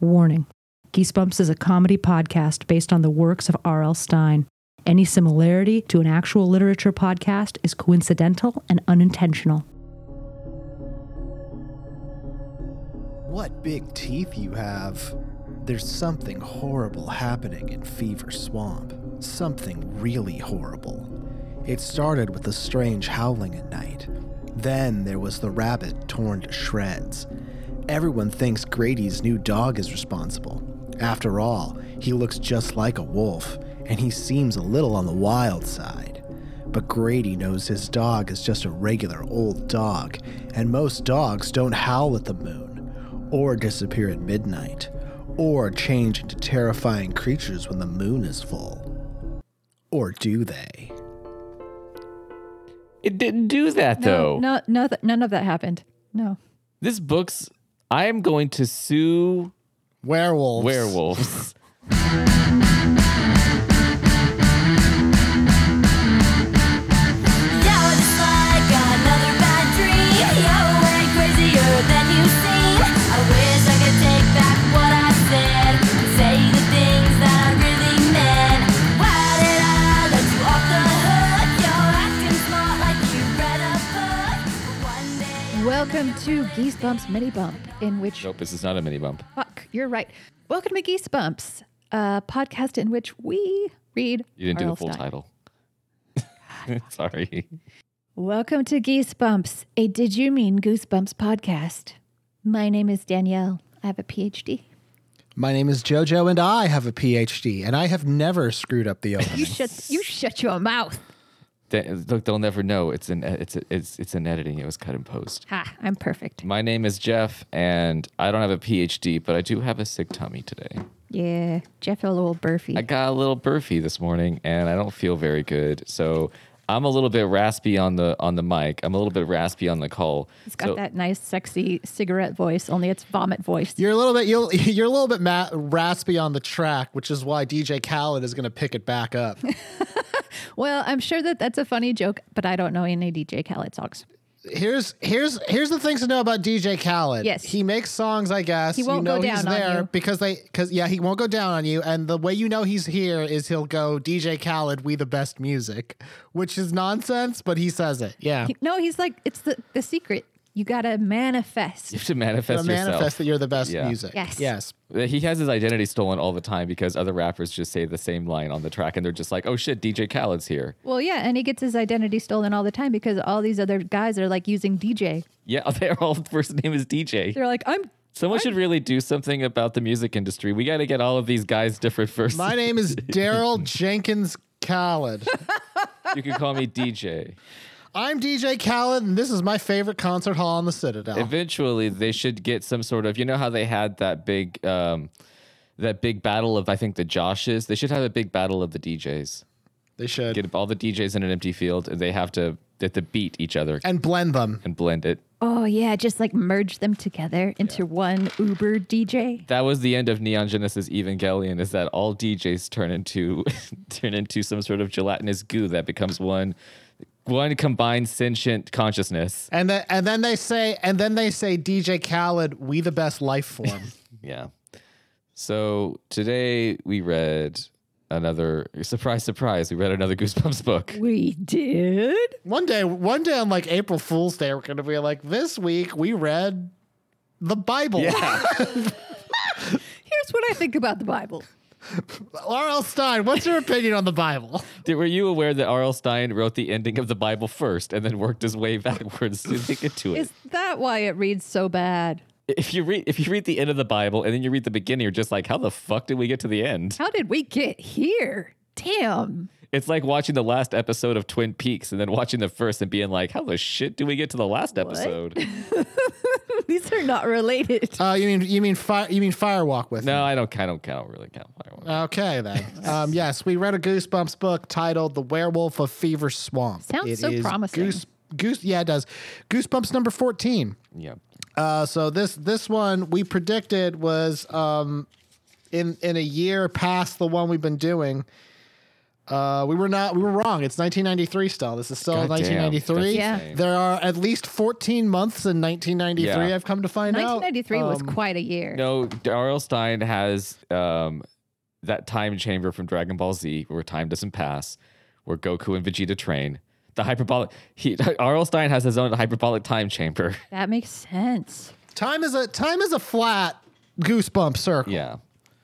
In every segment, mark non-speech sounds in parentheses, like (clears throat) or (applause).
Warning Geesebumps is a comedy podcast based on the works of R.L. Stein. Any similarity to an actual literature podcast is coincidental and unintentional. What big teeth you have. There's something horrible happening in Fever Swamp. Something really horrible. It started with the strange howling at night. Then there was the rabbit torn to shreds. Everyone thinks Grady's new dog is responsible. After all, he looks just like a wolf, and he seems a little on the wild side. But Grady knows his dog is just a regular old dog, and most dogs don't howl at the moon, or disappear at midnight, or change into terrifying creatures when the moon is full. Or do they? It didn't do that though. No, no, no, none of that happened. No. This book's. I am going to sue Werewolves. werewolves. Now I just like another bad dream. You're way crazier than you seem. I wish I could take back what I said and say the things that I really meant. Why did I let you off the hook? You're acting smart like you read a book. One day. Welcome to Geesebumps Mini Bump, in which (laughs) nope, this is not a mini bump. fuck, you're right. Welcome to Geesebumps, a podcast in which we read. You didn't do R.L. the full Stein. title. (laughs) Sorry. Welcome to Geesebumps, a Did You Mean Goosebumps podcast. My name is Danielle. I have a PhD. My name is JoJo, and I have a PhD, and I have never screwed up the opening. (laughs) You shut you shut your mouth. They- look, they'll never know. It's an it's it's it's an editing. It was cut in post. Ha, I'm perfect. My name is Jeff, and I don't have a PhD, but I do have a sick tummy today. Yeah. Jeff a little burfy. I got a little burfy this morning, and I don't feel very good. So I'm a little bit raspy on the on the mic. I'm a little bit raspy on the call. It's got So- that nice sexy cigarette voice, only it's vomit voice. You're a little bit you'll, (laughs) you're a little bit ma- raspy on the track, which is why DJ Khaled is going to pick it back up. Well, I'm sure that that's a funny joke, but I don't know any DJ Khaled songs. here's here's here's the things to know about DJ Khaled. Yes. he makes songs. I guess He you won't know go he's down on there you. because they because yeah he won't go down on you. And the way you know he's here is he'll go DJ Khaled, we the best music, which is nonsense, but he says it. Yeah, He- no, he's like, it's the, the secret. You got to manifest. You have to to manifest manifest yourself. that you're the best Yeah. music. Yes. yes. He has his identity stolen all the time because other rappers just say the same line on the track, and they're just like, "Oh shit, DJ Khaled's here." (laughs) Well, yeah, and he gets his identity stolen all the time because all these other guys are like using DJ. Yeah, (laughs) they're all first name is DJ. They're like, I'm Someone should really do something about the music industry. We got to get all of these guys different first. My name is Daryl Jenkins Khaled. (laughs) you can call me DJ. I'm DJ Khaled, and this is my favorite concert hall in the Citadel. Eventually, they should get some sort of. You know how they had that big, um, that big battle of I think the Joshes. They should have a big battle of the DJs. they should Get all the DJs in an empty field, and they have to they have to beat each other and blend them. and blend it. Oh yeah, just like merge them together into one Uber DJ. That was the end of Neon Genesis Evangelion. Is that all DJs turn into (laughs) turn into some sort of gelatinous goo that becomes one one combined sentient consciousness. And then and then they say and then they say DJ Khaled, we the best life form. Yeah. So today we read another surprise, surprise. We read another (laughs) Goosebumps book. We did. one day, one day on like April Fool's Day, we're gonna be like, this week we read the Bible. (laughs) Here's what I think about the Bible. R.L. Stein, what's your opinion on the Bible? Did, were you aware that R.L. Stein wrote the ending of the Bible first and then worked his way (laughs) backwards to make it to it? Is that why it reads so bad? if you read if you read the end of the Bible and then you read the beginning, you're just like, how the fuck did we get to the end? How did we get here? Damn. (laughs) It's like watching the last episode of Twin Peaks and then watching the first and being like, how the shit do we get to the last episode? These are not related. (laughs) Uh, you mean you mean fire you mean Firewalk with? no, I don't. I don't. I don't really count. I don't- Me. Okay (laughs) then. Um, yes, we read a Goosebumps book titled "The Werewolf of Fever Swamp." Sounds so promising. Goose, goose, yeah, it does. Goosebumps number fourteen. Yeah. Uh, so this this one we predicted was um, in in a year past the one we've been doing. Uh, we were not. We were wrong. It's 1993 still. This is still God damn, 1993. that's Yeah. insane. There are at least 14 months in 1993. Yeah. I've come to find out. 1993 was Um, quite a year. No, Darl Stein has um, that time chamber from Dragon Ball Z where time doesn't pass, where Goku and Vegeta train. The hyperbolic. He (laughs) Arl Stein has his own hyperbolic time chamber. (laughs) That makes sense. Time is a time is a flat goosebump circle. Yeah.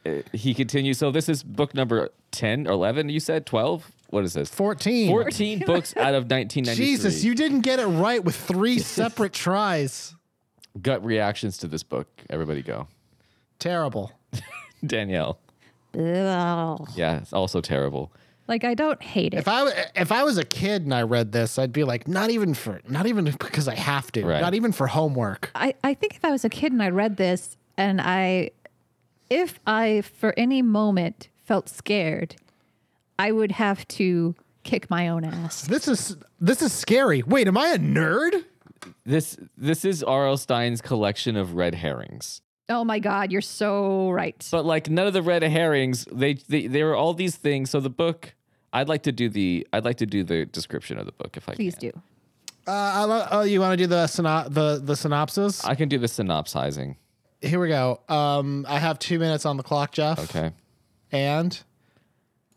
Uh, He continues. So this is book number 10 or 11, you said? 12? What is this? 14. 14 books out of 1993. Jesus, you didn't get it right with (laughs) three separate tries. Gut reactions to this book. Everybody go. Terrible. Danielle. Ugh. Yeah, it's also terrible. Like I don't hate it. If I w- if I was a kid and I read this, I'd be like, not even for not even because I have to, Right. not even for homework. I, I think if I was a kid and I read this and I, if I for any moment felt scared, I would have to kick my own ass. This is this is scary. Wait, am I a nerd? This this is Arl Stein's collection of red herrings. Oh my God, you're so right. But like none of the red herrings, they they, they were all these things. So the book, I'd like to do the I'd like to do the description of the book if I Please can. do. Uh, I lo- oh, you want to do the syno- the the synopsis? I can do the synopsizing. Here we go. Um, I have two minutes on the clock, Jeff. Okay. and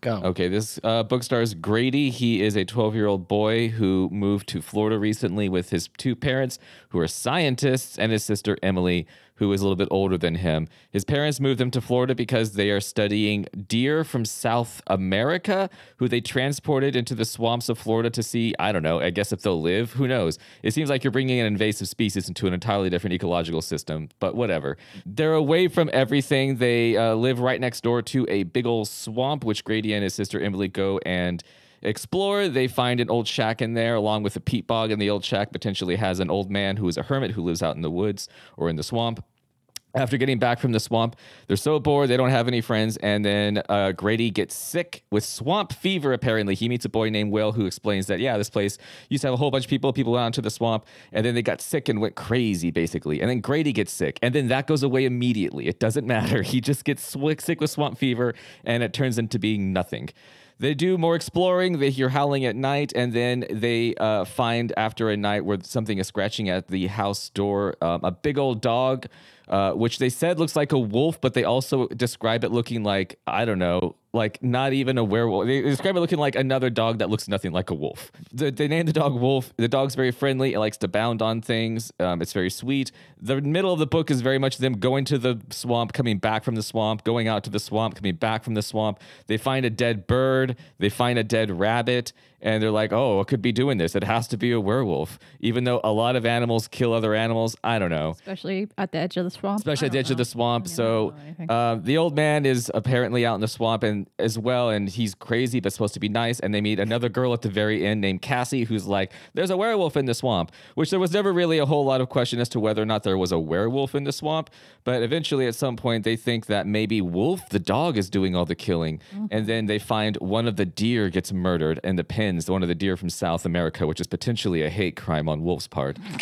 go. Okay, this uh, book stars Grady. He is a 12 year old boy who moved to Florida recently with his two parents, who are scientists, and his sister Emily, who is a little bit older than him. His parents moved them to Florida because they are studying deer from South America, who they transported into the swamps of Florida to see. I don't know, I guess if they'll live, who knows? It seems like you're bringing an invasive species into an entirely different ecological system, but whatever. They're away from everything. They uh, live right next door to a big old swamp, which Grady and his sister Emily go and explore. They find an old shack in there, along with a peat bog, and the old shack potentially has an old man who is a hermit who lives out in the woods or in the swamp. After getting back from the swamp, they're so bored they don't have any friends. And then uh, Grady gets sick with swamp fever. Apparently, he meets a boy named Will who explains that yeah, this place used to have a whole bunch of people. People went out into the swamp, and then they got sick and went crazy, basically. And then Grady gets sick, and then that goes away immediately. It doesn't matter. (laughs) He just gets swi- sick with swamp fever, and it turns into being nothing. They do more exploring. They hear howling at night, and then they uh, find after a night where something is scratching at the house door um, a big old dog, uh, which they said looks like a wolf, but they also describe it looking like I don't know, like not even a werewolf. They describe it looking like another dog that looks nothing like a wolf. The, they named the dog Wolf. The dog's very friendly. It likes to bound on things. Um, it's very sweet. The middle of the book is very much them going to the swamp, coming back from the swamp, going out to the swamp, coming back from the swamp. They find a dead bird. They find a dead rabbit. And they're like, oh, it could be doing this. It has to be a werewolf. Even though a lot of animals kill other animals. I don't know Especially at the edge of the swamp. Uh-huh. especially at the edge of the swamp. So anything. uh, the old man is apparently out in the swamp and as well, and he's crazy but supposed to be nice. And they meet another girl at the very end named Cassie, who's like, "There's a werewolf in the swamp," which there was never really a whole lot of question as to whether or not there was a werewolf in the swamp. But eventually, at some point, they think that maybe Wolf the dog is doing all the killing, and then they find one of the deer gets murdered in the pens, one of the deer from South America, which is potentially a hate crime on Wolf's part. (laughs)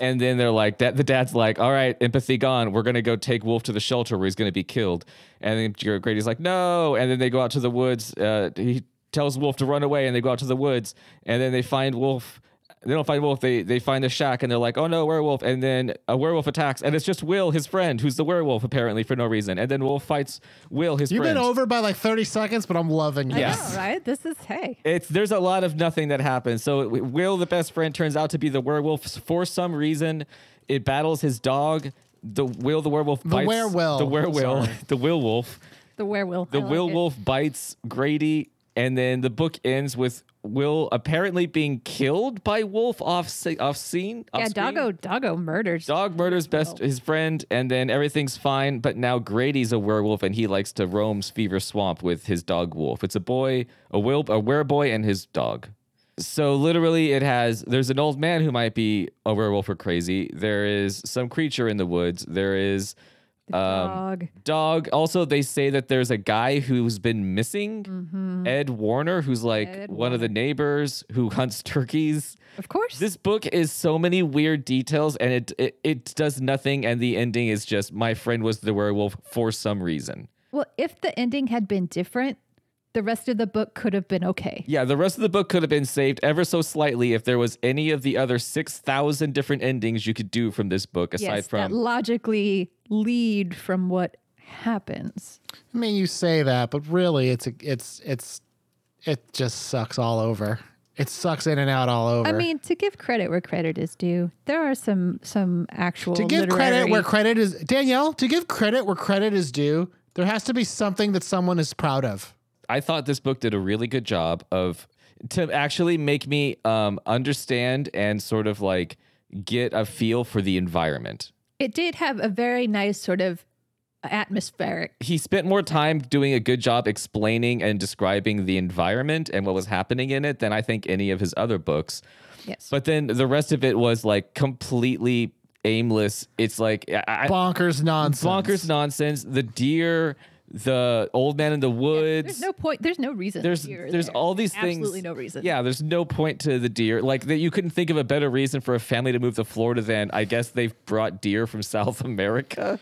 And then they're like, that the dad's like, all right, empathy gone. We're gonna go take Wolf to the shelter where he's gonna be killed. And then Ger- Grady's like, no. And then they go out to the woods. Uh, he tells Wolf to run away, and they go out to the woods. And then they find Wolf. They don't find Wolf. They they find the shack, and they're like, oh no, werewolf. And then a werewolf attacks, and it's just Will, his friend, who's the werewolf apparently for no reason. And then Wolf fights Will, his You've friend. been over by like 30 seconds, but I'm loving it. Yeah. All right. This is, hey. it's there's a lot of nothing that happens. So w- Will, the best friend, turns out to be the werewolf for some reason. It battles his dog. The Will, the werewolf, bites werewolf. the werewolf, (laughs) the werewolf, The werewolf. the I like Will it. Wolf bites Grady, and then the book ends with Will apparently being killed by Wolf off sc- off scene. Yeah, off screen. Doggo, Doggo murders. Dog murders best his friend, and then everything's fine. But now Grady's a werewolf, and he likes to roam Fever Swamp with his dog Wolf. It's a boy, a will, a wereboy, and his dog. So literally, it has. There's an old man who might be a werewolf or crazy. There is some creature in the woods. There is Um, Dog. dog. Also, they say that there's a guy who's been missing, Ed Warner, who's like Ed one of the neighbors who hunts turkeys. Of course. This book is so many weird details, and it, it it does nothing, and the ending is just my friend was the werewolf for some reason. Well, if the ending had been different, the rest of the book could have been okay. Yeah, the rest of the book could have been saved ever so slightly if there was any of the other 6,000 different endings you could do from this book aside yes, that from logically lead from what happens. I mean, you say that, but really, it's a, it's it's it just sucks all over. It sucks in and out all over. I mean, to give credit where credit is due, there are some some actual to give credit literary- where credit is Danielle. To give credit where credit is due, there has to be something that someone is proud of. I thought this book did a really good job of to actually make me um, understand and sort of like get a feel for the environment. it did have a very nice sort of atmospheric. He spent more time doing a good job explaining and describing the environment and what was happening in it than I think any of his other books. Yes. But then the rest of it was like completely aimless. It's like I, I, Bonkers nonsense. bonkers nonsense. The deer, the old man in the woods. there's no point. There's no reason. there's here or there's there. all these things. Absolutely no reason. Yeah, there's no point to the deer. Like that, you couldn't think of a better reason for a family to move to Florida than I guess they've brought deer from South (laughs) America.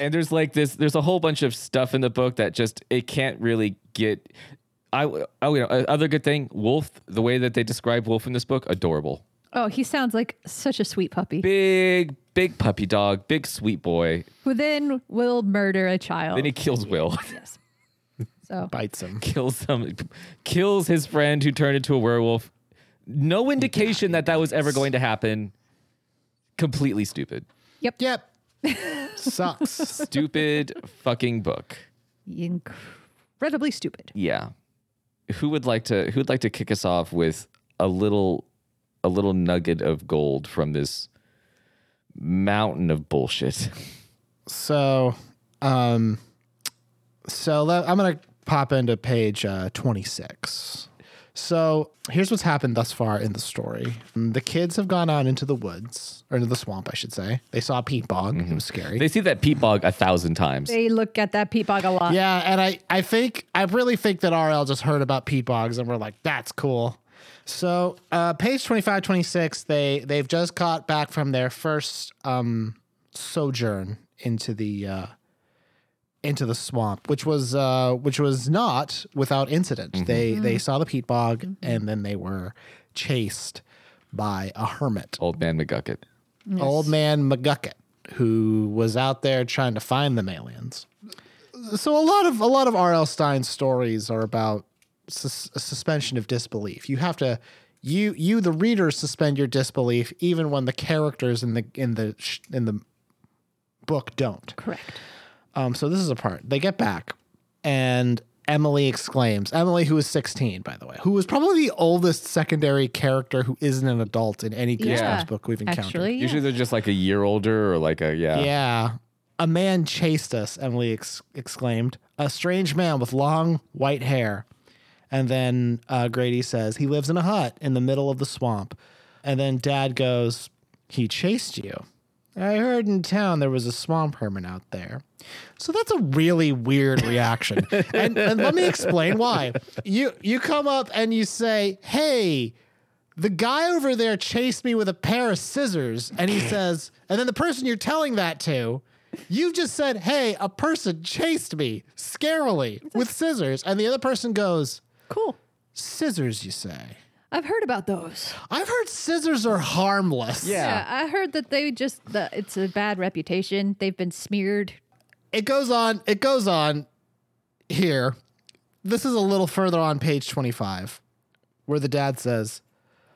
and there's like this. There's a whole bunch of stuff in the book that just it can't really get. I oh you know a- other good thing Wolf the way that they describe Wolf in this book adorable Oh, he sounds like such a sweet puppy big big puppy dog big sweet boy who then will murder a child. then he kills Will yes. So bites him. kills them, kills his friend who turned into a werewolf. No indication that that was ever going to happen. Completely stupid. Yep. (laughs) Sucks. Stupid fucking book. incredibly stupid. Yeah. Who would like to who would like to kick us off with a little a little nugget of gold from this mountain of bullshit? (laughs) So, um, so le- I'm gonna pop into page uh, 26. So here's what's happened thus far in the story. Mm, The kids have gone out into the woods or into the swamp, I should say. They saw a peat bog. It was scary. They see that peat bog a thousand times. They look at that peat bog a lot. yeah, and I, I think I really think that RL just heard about peat bogs and we're like, that's cool. So uh, page 25, 26, they they've just got back from their first um, sojourn into the uh, into the swamp, which was uh, which was not without incident. They they saw the peat bog and then they were chased by a hermit, Old man McGucket. old man McGucket, who was out there trying to find them aliens. So a lot of a lot of R.L. Stein's stories are about sus- suspension of disbelief. You have to you you the reader suspend your disbelief even when the characters in the in the sh- in the book don't. Correct. Um, so this is a part. They get back, and Emily exclaims, Emily, who is 16, by the way, who is probably the oldest secondary character who isn't an adult in any Goosebumps Yeah. book we've encountered. Actually, yeah. Usually they're just like a year older or like a yeah. Yeah. A man chased us, Emily ex- exclaimed. A strange man with long white hair. And then uh, Grady says, he lives in a hut in the middle of the swamp. And then dad goes, he chased you. I heard in town there was a swamp hermit out there. So that's a really weird reaction. and, and let me explain why. You you come up and you say, "Hey, the guy over there chased me with a pair of scissors and he says and then the person you're telling that to you just said hey a person chased me scarily with scissors and the other person goes cool. scissors you say I've heard about those. i've heard scissors are harmless Yeah. Yeah, I heard that they just the, it's a bad reputation. They've been smeared. it goes on it goes on here this is a little further on page 25 where the dad says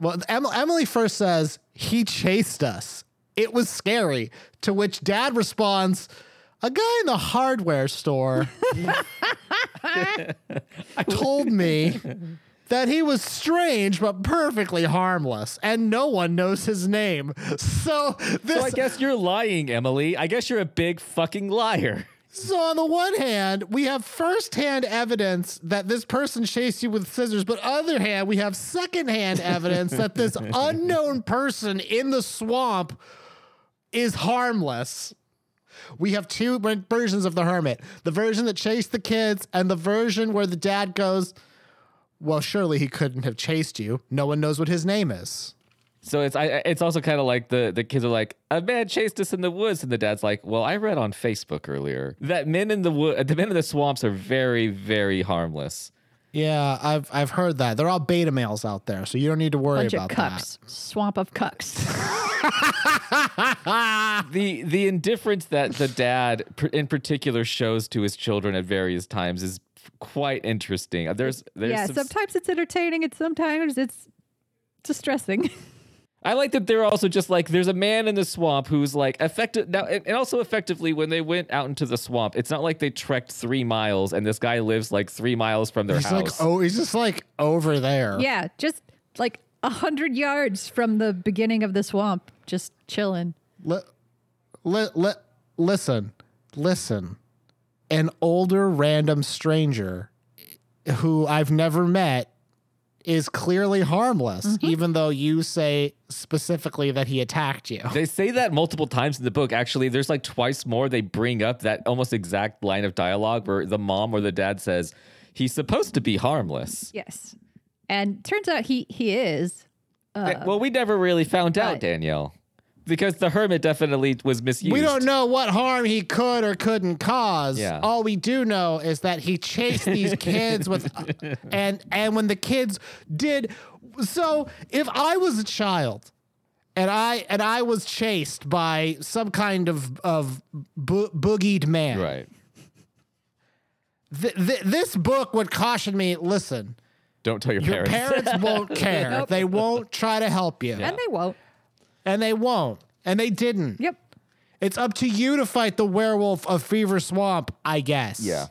well Em- emily first says he chased us it was scary to which dad responds a guy in the hardware store told me that he was strange but perfectly harmless and no one knows his name so this So I guess you're lying, Emily. I guess you're a big fucking liar. So on the one hand, we have firsthand evidence that this person chased you with scissors, but other hand, we have secondhand evidence that this unknown person in the swamp is harmless. We have two ver- versions of the hermit: the version that chased the kids, and the version where the dad goes, "Well, surely he couldn't have chased you. No one knows what his name is." So it's I, it's also kind of like the the kids are like a man chased us in the woods, and the dad's like, well, I read on Facebook earlier that men in the wood, the men in the swamps are very very harmless. Yeah, I've I've heard that. They're all beta males out there, so you don't need to worry Bunch of about cucks. Swamp of cucks. the the indifference that the dad pr- in particular shows to his children at various times is quite interesting. There's (laughs) there's yeah, some- sometimes it's entertaining and sometimes it's distressing. (laughs) I like that they're also just like there's a man in the swamp who's like effective now and and also effectively when they went out into the swamp, it's not like they trekked three miles and this guy lives like three miles from their He's like, house. oh, he's just like over Oh. there. yeah, just like a hundred yards from the beginning of the swamp, just chilling. Li- li- li- listen, listen. An older random stranger who I've never met is clearly harmless, even though you say specifically that he attacked you. They say that multiple times in the book. Actually, there's like twice more they bring up that almost exact line of dialogue where the mom or the dad says, He's supposed to be harmless. Yes. And turns out he he is. Eh, well, we never really found out, Uh. right. Danielle, because the hermit definitely was misused. We don't know what harm he could or couldn't cause. Yeah. All we do know is that he chased (laughs) these kids with and and when the kids did so if I was a child and I and I was chased by some kind of of bo- boogied man. Right. Th- th- this book would caution me, listen, Don't tell your, your parents. parents (laughs) won't care. Nope. They won't try to help you. And they won't. And they won't. And they didn't. Yep. It's up to you to fight the werewolf of Fever Swamp, I guess. Yeah.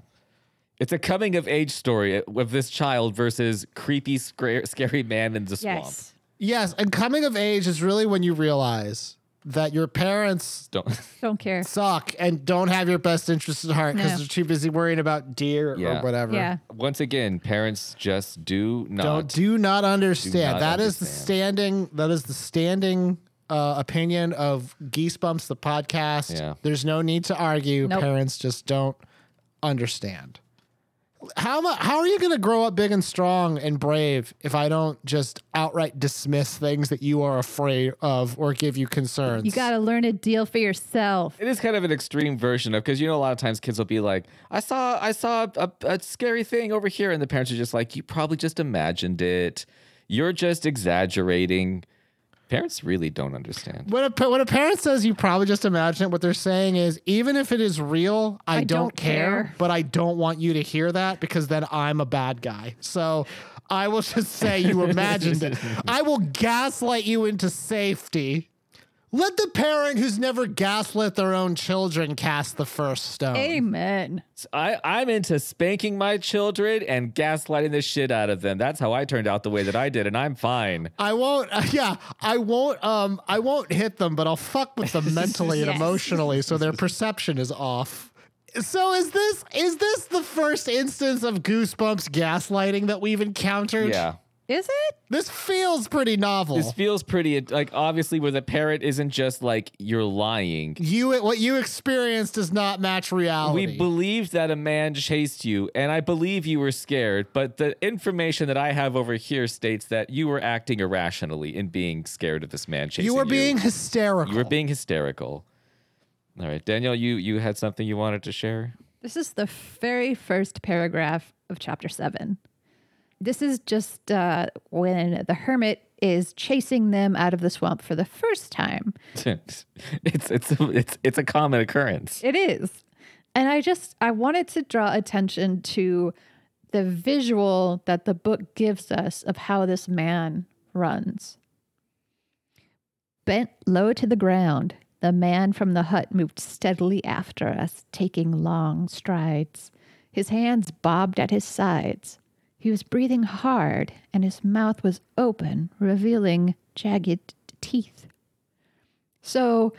It's a coming of age story of this child versus creepy, scra- scary man in the swamp. Yes. Yes, and coming of age is really when you realize that your parents Don't. (laughs) Don't care. suck and don't have your best interest at heart because No. they're too busy worrying about deer Yeah. or whatever. Yeah. Once again, parents just do not. Don't do not understand. not That is the standing. That is the standing uh, opinion of Geesebumps the podcast. Yeah. There's no need to argue. Nope. Parents just don't understand. How mu- how are you going to grow up big and strong and brave if I don't just outright dismiss things that you are afraid of or give you concerns? You got to learn a deal for yourself. it is kind of an extreme version of because you know a lot of times kids will be like, "I saw, I saw a, a scary thing over here," and the parents are just like, "You probably just imagined it. You're just exaggerating." Parents really don't understand. When a, pa- when a parent says you probably just imagine it, what they're saying is even if it is real, I, don't, don't care, care. but I don't want you to hear that because then I'm a bad guy. So I will just say you imagined it. I will gaslight you into safety. Let the parent who's never gaslit their own children cast the first stone. Amen. I, I'm into spanking my children and gaslighting the shit out of them. That's how I turned out the way that I did, and I'm fine. I won't. (laughs) yeah, I won't. Um, I won't hit them, but I'll fuck with (laughs) them mentally and Yes. emotionally, so their perception is off. So is this is this the first instance of goosebumps gaslighting that we've encountered? Yeah. Is it? this feels pretty novel. This feels pretty like obviously where the parent isn't just like you're lying. you what you experienced does not match reality. We believed that a man chased you, and I believe you were scared, but the information that I have over here states that you were acting irrationally in being scared of this man chasing you. you were being hysterical. you were being hysterical. All right, Danielle, you you had something you wanted to share? (laughs) This is the very first paragraph of chapter seven. This is just uh, when the hermit is chasing them out of the swamp for the first time. it's it's it's it's a common occurrence. It is. And I just I wanted to draw attention to the visual that the book gives us of how this man runs. Bent low to the ground, the man from the hut moved steadily after us, taking long strides. His hands bobbed at his sides. He was breathing hard, and his mouth was open, revealing jagged teeth. So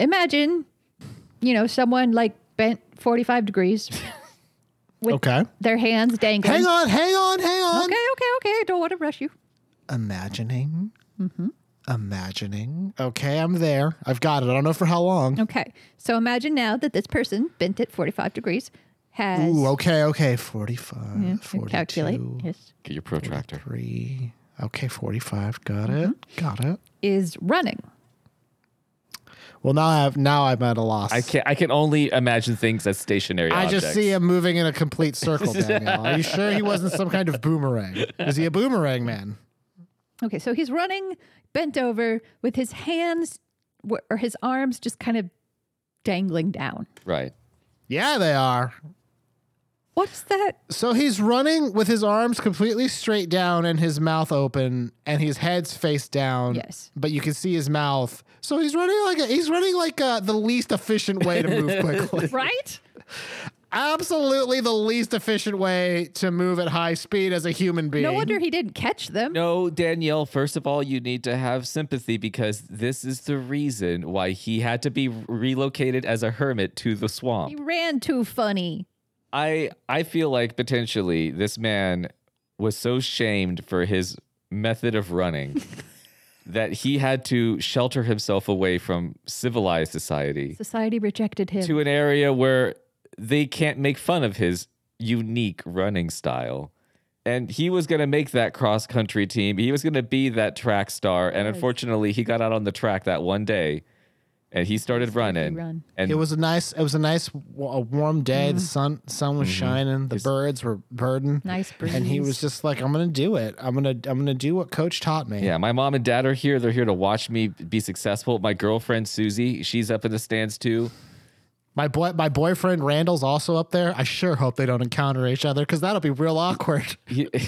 imagine you know, someone like bent 45 degrees (laughs) with okay. their hands dangling. Hang on, hang on, hang on. Okay, okay, okay. I don't want to rush you. Imagining. Mm-hmm. Imagining. Okay, I'm there. I've got it. I don't know for how long. Okay. So imagine now that this person bent at 45 degrees has Ooh, okay, okay. 45, Yeah, 42. calculate. Yes. Get your protractor. Three. Okay, 45. Got it. Mm-hmm. Got it. is running. Well, now I've now I'm at a loss. I can I can only imagine things as stationary. I objects. just see him moving in a complete (laughs) circle, Danielle. Are you sure he wasn't some kind of boomerang? Is he a boomerang man? Okay, so he's running bent over with his hands w- or his arms just kind of dangling down. Right. Yeah, they are. (laughs) What's that? So he's running with his arms completely straight down and his mouth open and his head's face down. Yes. But you can see his mouth. So he's running like a, he's running like uh the least efficient way to (laughs) move quickly. Right? Absolutely the least efficient way to move at high speed as a human being. No wonder he didn't catch them. No, Danielle, first of all, you need to have sympathy because this is the reason why he had to be relocated as a hermit to the swamp. He ran too funny. I I feel like potentially this man was so shamed for his method of running that he had to shelter himself away from civilized society Society rejected him. to an area where they can't make fun of his unique running style. And he was going to make that cross country team. He was going to be that track star. And unfortunately, he got out on the track that one day and he started running. run. And It was a nice. It was a nice, w- a warm day. Mm-hmm. The sun, sun was shining. The birds were birding. Nice And he was breeze. just like, "I'm gonna do it. I'm gonna, I'm gonna do what Coach taught me." Yeah, my mom and dad are here. They're here to watch me be successful. My girlfriend Susie, she's up in the stands too. My boy, my boyfriend Randall's also up there. I sure hope they don't encounter each other because that'll be real awkward. (laughs) He, (laughs)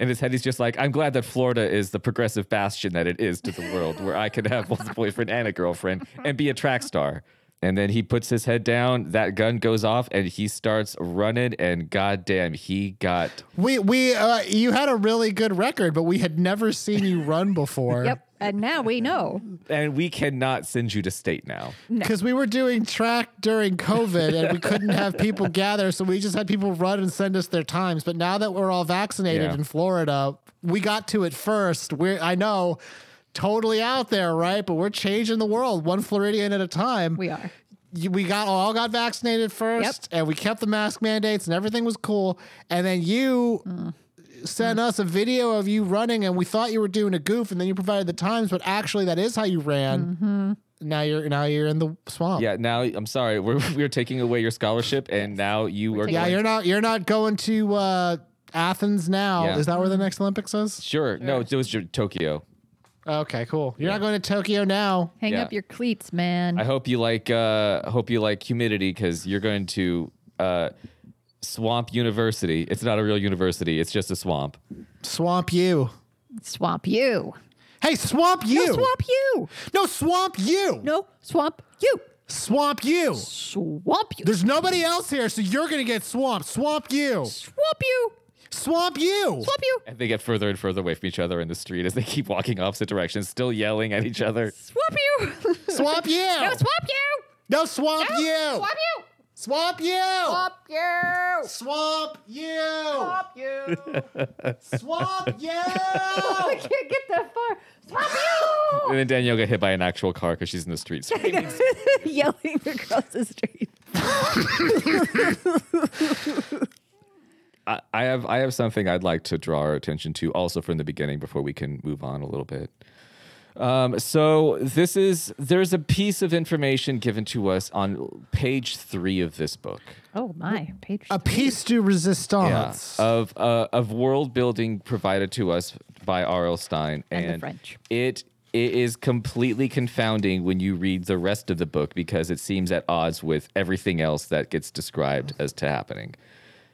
in his head, he's just like, "I'm glad that Florida is the progressive bastion that it is to the world, where I could have both a boyfriend and a girlfriend and be a track star." And then he puts his head down. That gun goes off, and he starts running. And goddamn, he got We, we, uh, you had a really good record, but we had never seen you (laughs) run before. Yep. And (laughs) now we know. and we cannot send you to state now. Because we were doing track during COVID and we couldn't have (laughs) people gather, so we just had people run and send us their times. But now that we're all vaccinated Yeah. in Florida, we got to it first. We're I know, totally out there, right? But we're changing the world one Floridian at a time. We are. You- we got all got vaccinated first, and we kept the mask mandates, and everything was cool. And then you sent us a video of you running, and we thought you were doing a goof, and then you provided the times, but actually that is how you ran. Mm-hmm. Now you're now you're in the swamp. Yeah. Now, I'm sorry. We're (laughs) we're taking away your scholarship, and now you are. yeah. going- You're not you're not going to uh, Athens now. Yeah. Is that where the next Olympics is? Sure. No, it was your- Tokyo. Okay, cool. You're not going to Tokyo now. Hang Yeah. up your cleats, man. I hope you like uh I hope you like humidity because you're going to uh swamp university. It's not a real university, it's just a swamp. Swamp you. swamp you. Hey, swamp you. No, swamp you. No, swamp you. No, swamp you. Swamp you. Swamp you. There's nobody else here, so you're gonna get swamped. Swamp you. swamp you. Swamp you. Swamp you. And they get further and further away from each other in the street as they keep walking opposite directions, still yelling at each other. Swamp (laughs) you. Swamp you. (laughs) no, swamp you. No, swamp No, you. Swamp you. Swamp you. Swamp you. Swamp you. Swamp you. Swamp you. (laughs) I can't get that far. Swamp (laughs) And then Danielle got hit by an actual car because she's in the street. screaming. you. (laughs) Yelling across the street. I, I have I have something I'd like to draw our attention to also from the beginning before we can move on a little bit. Um, so this is there's a piece of information given to us on page three of this book. Oh my, page. A three. piece de resistance. of uh, of world building provided to us by R.L. Stein And and, the French. It it is completely confounding when you read the rest of the book because it seems at odds with everything else that gets described as to happening.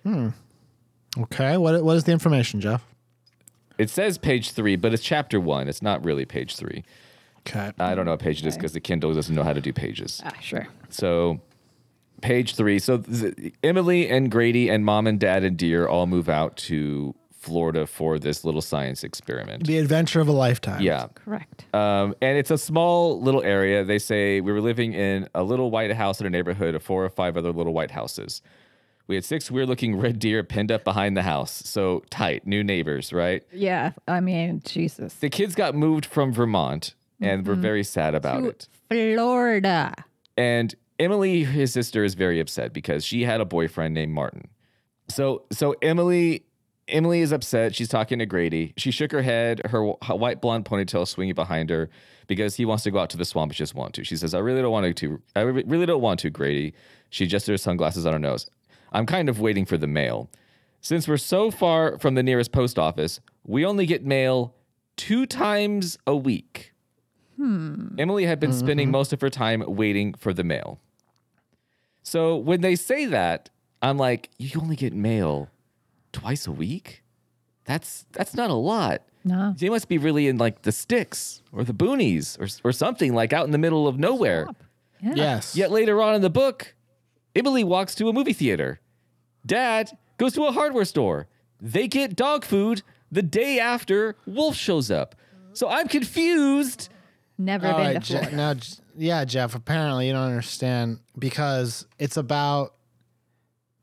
Okay. What what is the information, Jeff? It says page three, but it's chapter one. It's not really page three. Okay. I don't know what page it is because the Kindle doesn't know how to do pages. Ah, sure. So, page three. So, th- Emily and Grady and mom and dad and dear all move out to Florida for this little science experiment. the adventure of a lifetime. Yeah. Correct. Um, and it's a small little area. They say we were living in a little white house in a neighborhood of four or five other little white houses. We had six weird looking red deer pinned up behind the house. So tight, new neighbors, right? Yeah, I mean, Jesus. The kids got moved from Vermont and were very sad about it. Florida. And Emily, his sister, is very upset because she had a boyfriend named Martin. So so Emily Emily is upset. She's talking to Grady. She shook her head, her wh- white blonde ponytail swinging behind her because he wants to go out to the swamp. She just want to. She says, "I really don't want to. I re- really don't want to, Grady." She adjusted her sunglasses on her nose. I'm kind of waiting for the mail. Since we're so far from the nearest post office, we only get mail two times a week. Emily had been spending most of her time waiting for the mail. So when they say that, I'm like, you only get mail twice a week? That's that's not a lot. No. They must be really in like the sticks or the boonies or, or something like out in the middle of nowhere. Yes. Yet later on in the book, Emily walks to a movie theater. Dad goes to a hardware store. They get dog food the day after Wolf shows up. So I'm confused. Never All been right, to Florida. Uh, Je- now, J- yeah, Jeff. Apparently, you don't understand because it's about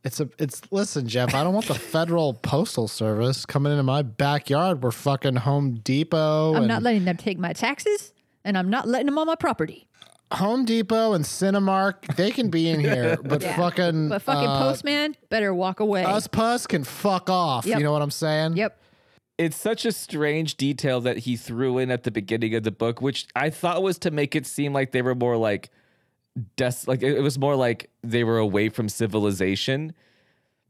it's a it's. Listen, Jeff, I don't (laughs) want the federal postal service coming into my backyard. We're fucking Home Depot. I'm and not letting them take my taxes, and I'm not letting them on my property. Home Depot and Cinemark. They can be in (laughs) here, but Yeah. fucking But fucking uh, postman, better walk away. Us puss can fuck off. Yep. You know what I'm saying? Yep. It's such a strange detail that he threw in at the beginning of the book, which I thought was to make it seem like they were more like des- like it it was more like they were away from civilization.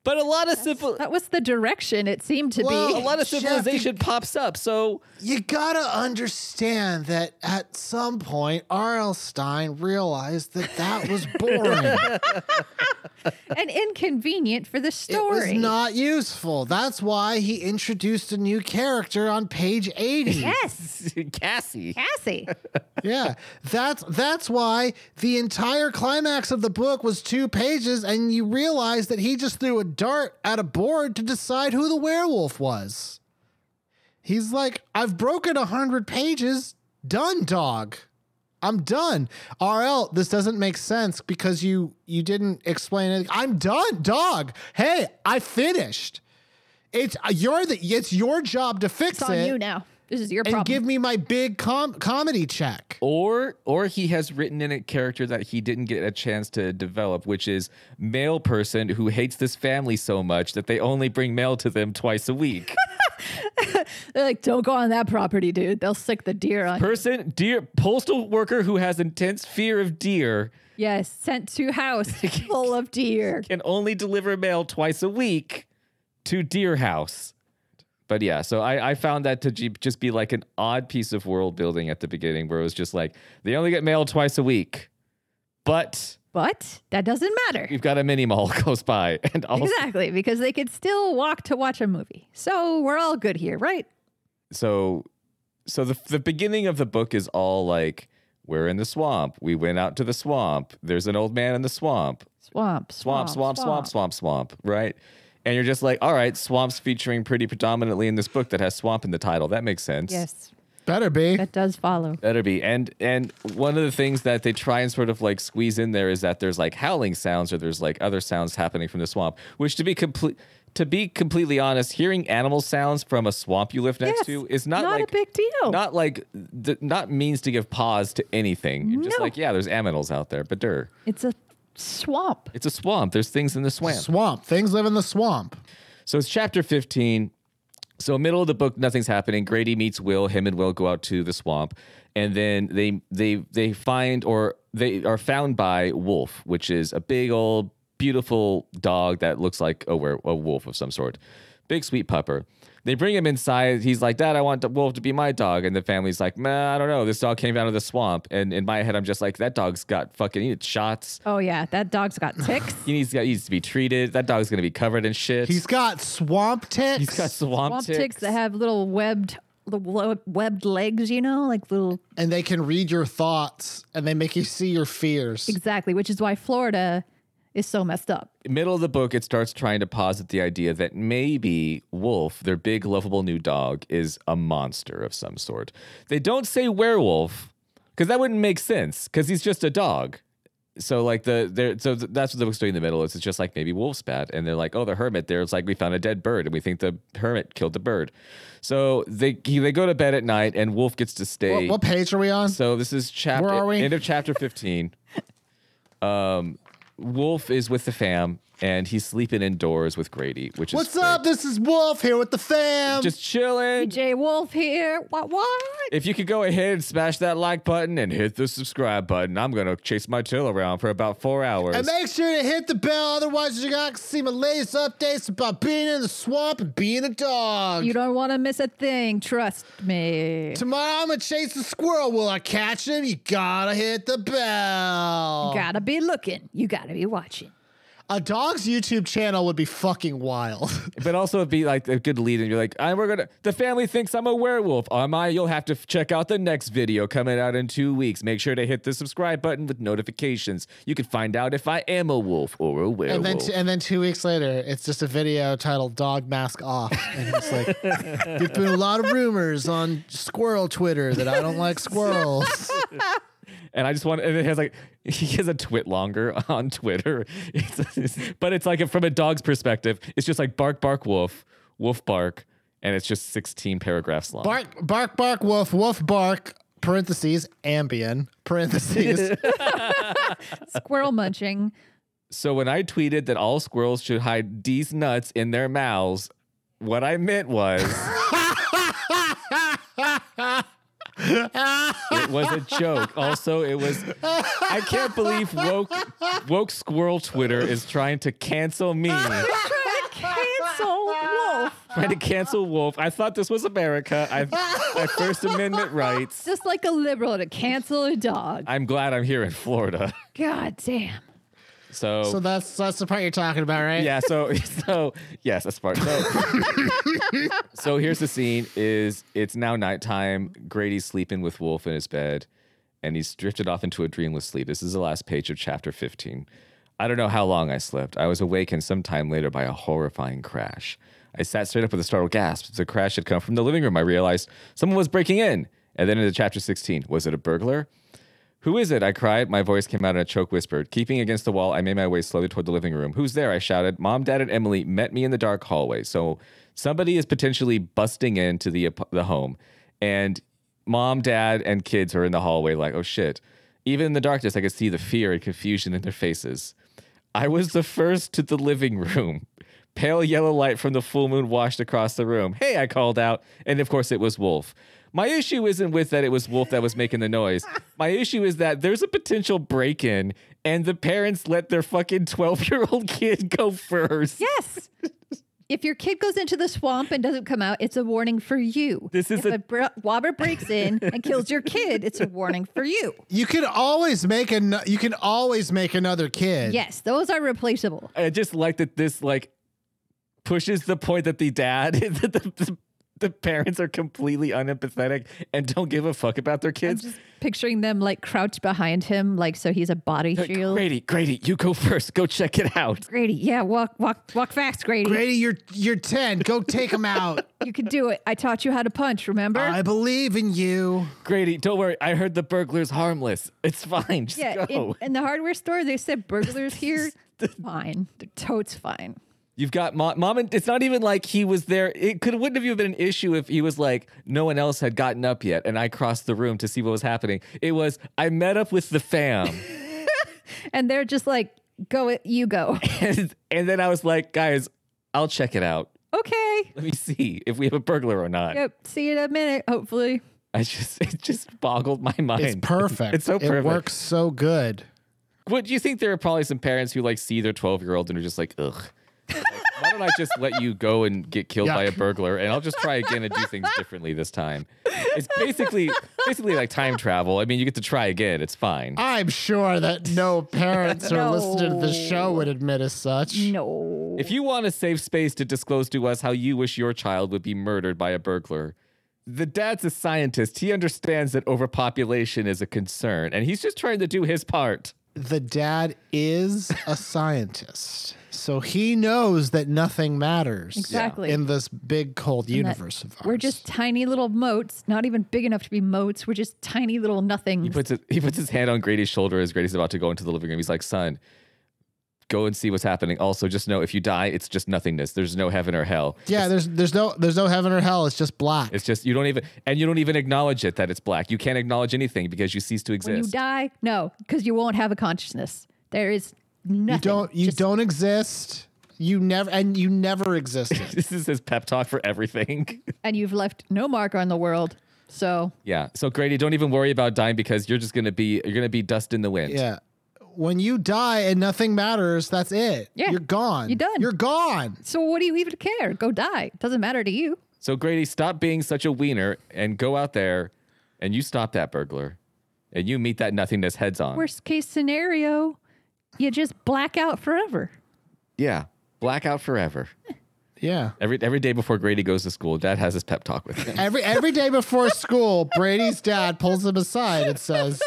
But a lot of civil That was the direction it seemed to Well, be. a lot of Jeff, you- civilization pops up. So You gotta understand that at some point, R.L. Stein realized that that was (laughs) boring. (laughs) and inconvenient for the It story. was not useful. That's why he introduced a new character on page 80. yes, Cassie. Cassie. yeah. That's that's why the entire climax of the book was two pages and you realize that he just threw a dart at a board to decide who the werewolf was. He's like, "I've broken a 100 pages. Done, dog." I'm done. RL, this doesn't make sense because you you didn't explain it. I'm done, dog. Hey, I finished. It's you're the it's your job to fix It's on it you now. This is your and problem. give me my big com- comedy check. Or or he has written in a character that he didn't get a chance to develop, which is male person who hates this family so much that they only bring mail to them twice a week. They're like, don't go on that property, dude. They'll stick the deer on. you." person deer postal worker who has intense fear of deer yes, sent (laughs) to house full of deer. can only deliver mail twice a week to Deer House. But yeah, so I, I found that to ju- just be like an odd piece of world building at the beginning where it was just like they only get mail twice a week, but But that doesn't matter. we've got a mini mall (laughs) close by and also Exactly, because they could still walk to watch a movie. So we're all good here, right? so so the the beginning of the book is all like we're in the swamp. We went out to the swamp. There's an old man in the swamp. Swamp, Swamp, swamp, swamp, swamp, swamp, right? And you're just like, all right, swamps featuring pretty predominantly in this book that has swamp in the title. That makes sense. Yes, Better be. that does follow. Better be. And and one of the things that they try and sort of like squeeze in there is that there's like howling sounds or there's like other sounds happening from the swamp, which to be complete to be completely honest, hearing animal sounds from a swamp you live next Yes, to is not, not a like big deal. Not like th- not means to give pause to anything. You're just No. like, yeah, there's aminals out there, but der. It's a swamp. It's a swamp. There's things in the swamp. Swamp. Things live in the swamp. So it's chapter 15. So middle of the book, nothing's happening. Grady meets Will. Him and Will go out to the swamp, and then they they they find or they are found by Wolf, which is a big old beautiful dog that looks like a, were, a wolf of some sort, big sweet pupper. They bring him inside. He's like, "Dad, I want the wolf to be my dog," and the family's like, "Man, I don't know. This dog came out of the swamp." And in my head, I'm just like, "That dog's got fucking he needs shots. Oh yeah, that dog's (laughs) got ticks. He needs he needs to be treated. That dog's gonna be covered in shit. He's got swamp ticks. He's got swamp, swamp ticks. that have little webbed the lo- webbed legs, you know, like little and they can read your thoughts and they make you see your fears. exactly, which is why Florida is so messed up. middle of the book, it starts trying to posit the idea that maybe Wolf, their big, lovable new dog, is a monster of some sort. They don't say werewolf because that wouldn't make sense because he's just a dog. So like the there so th- that's what the book's doing in the middle is it's just like maybe wolf's bad and they're like oh the hermit there it's like we found a dead bird and we think the hermit killed the bird, so they he, they go to bed at night and wolf gets to stay. What, what page are we on? So this is chapter Where are we? (laughs) end of chapter 15. um Wolf is with the fam and he's sleeping indoors with Grady, which What's is great. up? This is Wolf here with the fam. Just chilling. Jay Wolf here. What? What? If you could go ahead and smash that like button and hit the subscribe button, I'm gonna chase my tail around for about four hours. and make sure to hit the bell, otherwise you're not gonna see my latest updates about being in the swamp and being a dog. You don't want to miss a thing. Trust me. Tomorrow I'm gonna chase the squirrel. Will I catch him? You gotta hit the bell. Gotta be looking. You gotta be watching. a dog's YouTube channel would be fucking wild. (laughs) But also it'd be like a good lead, and you're like, I, we're gonna. The family thinks I'm a werewolf. Am I? You'll have to f- check out the next video coming out in two weeks. Make sure to hit the subscribe button with notifications. You can find out if I am a wolf or a werewolf. and then and then two weeks later, it's just a video titled "Dog Mask Off," and it's like (laughs) there's been a lot of rumors on squirrel Twitter that I don't like (laughs) squirrels. And I just want, and it has like, (laughs) he has a twit longer (laughs) on Twitter. It's, it's- but it's like from a dog's perspective, it's just like bark, bark, wolf, wolf, bark. And it's just 16 paragraphs long. bark, bark, bark, woof, woof, bark. Parentheses, Ambien. (laughs) Parentheses. Squirrel munching. So when I tweeted that all squirrels should hide these nuts in their mouths, what I meant was it was a joke. Also, it was I can't believe woke woke squirrel Twitter is trying to cancel me. Cancel Wolf. trying to cancel Wolf. I thought this was America. I my First Amendment rights. Just like a liberal to cancel a dog. I'm glad I'm here in Florida. God damn. So, so that's that's the part you're talking about, right? yeah, so (laughs) so yes, that's part. So, so here's the scene: is it's now nighttime. Grady's sleeping with Wolf in his bed, and he's drifted off into a dreamless sleep. This is the last page of chapter 15. I don't know how long I slept. I was awakened sometime later by a horrifying crash. I sat straight up with a startled gasp. The crash had come from the living room. I realized someone was breaking in. And then into chapter 16, was it a burglar? Who is it? I cried. My voice came out in a choke whisper. Keeping against the wall, I made my way slowly toward the living room. Who's there? I shouted. Mom, Dad, and Emily met me in the dark hallway. So somebody is potentially busting into the ap- the home, and Mom, Dad, and kids are in the hallway. Like, oh shit! Even in the darkness, I could see the fear and confusion in their faces. I was the first to the living room. Pale yellow light from the full moon washed across the room. Hey, I called out. And of course, it was Wolf. My issue isn't with that it was Wolf that was making the (laughs) noise. My issue is that there's a potential break in, and the parents let their fucking 12 year old kid (laughs) go first. Yes. If your kid goes into the swamp and doesn't come out, it's a warning for you. This is if a- a, br- wobber breaks in and kills your kid. It's a warning for you. You can always make an you can always make another kid. Yes, those are replaceable. I just like that this, like, pushes the point that the dad, (laughs) that the, the, the parents are completely unempathetic and don't give a fuck about their I'm kids. just picturing them like crouched behind him, like so he's a body Like, shield. Grady, Grady, you go first. Go check it out. Grady, yeah, walk, walk, walk fast, Grady. Grady, you're you're 10. Go take him out. You can do it. I taught you how to punch. Remember? I believe in you. Grady, don't worry. I heard the burglar's harmless. It's fine. Just yeah. In, go. in the hardware store, they (laughs) said burglars here. fine, they're totes fine. You've got mom, mom, and it's not even like he was there. It could wouldn't have even been an issue if he was like no one else had gotten up yet, and I crossed the room to see what was happening. It was I met up with the fam, And they're just like, go it, you go. (laughs) and, and then I was like, guys, I'll check it out. okay. Let me see if we have a burglar or not. Yep. See you in a minute, hopefully. I just it just boggled my mind. It's perfect. It's so It perfect. works so good. What do you think? There are probably some parents who like see their 12 year old and are just like, ugh. Like, why don't I just let you go and get killed by a Yuck. burglar, and I'll just try again and do things differently this time. It's basically basically like time travel. I mean, you get to try again. It's fine. I'm sure that (laughs) no parents who are listening to the show would admit as such. No. If you want a safe space to disclose to us how you wish your child would be murdered by a burglar, the dad's a scientist. He understands that overpopulation is a concern, and he's just trying to do his part. The dad is a scientist. So he knows that nothing matters Exactly. in this big cold And that- universe of ours. We're just tiny little motes, not even big enough to be motes. We're just tiny little nothings. He puts it, he puts his hand on Grady's shoulder as Grady's about to go into the living room. He's like, "Son, go and see what's happening. Also, just know if you die, it's just nothingness. There's no heaven or hell. yeah. There's there's no there's no heaven or hell. It's just black. It's just you don't even and you don't even acknowledge it that it's black. You can't acknowledge anything because you cease to when you exist. die, no, because you won't have a consciousness. There is nothing. You don't. e- You Just- don't exist. You never and you never existed. (laughs) this is his pep talk for everything. (laughs) And you've left no mark on the world. So yeah. So Grady, don't even worry about dying because you're just gonna be you're gonna be dust in the wind. yeah. When you die and nothing matters, that's it. Yeah. You're gone. You're done. You're gone. so what do you even care? Go die. It doesn't matter to you. So Grady, stop being such a wiener and go out there and you stop that burglar and you meet that nothingness heads on. Worst case scenario, you just black out forever. yeah. Blackout forever. Yeah. Every every day before Grady goes to school, Dad has his pep talk with him. Every every day before school, Brady's dad pulls him aside and says,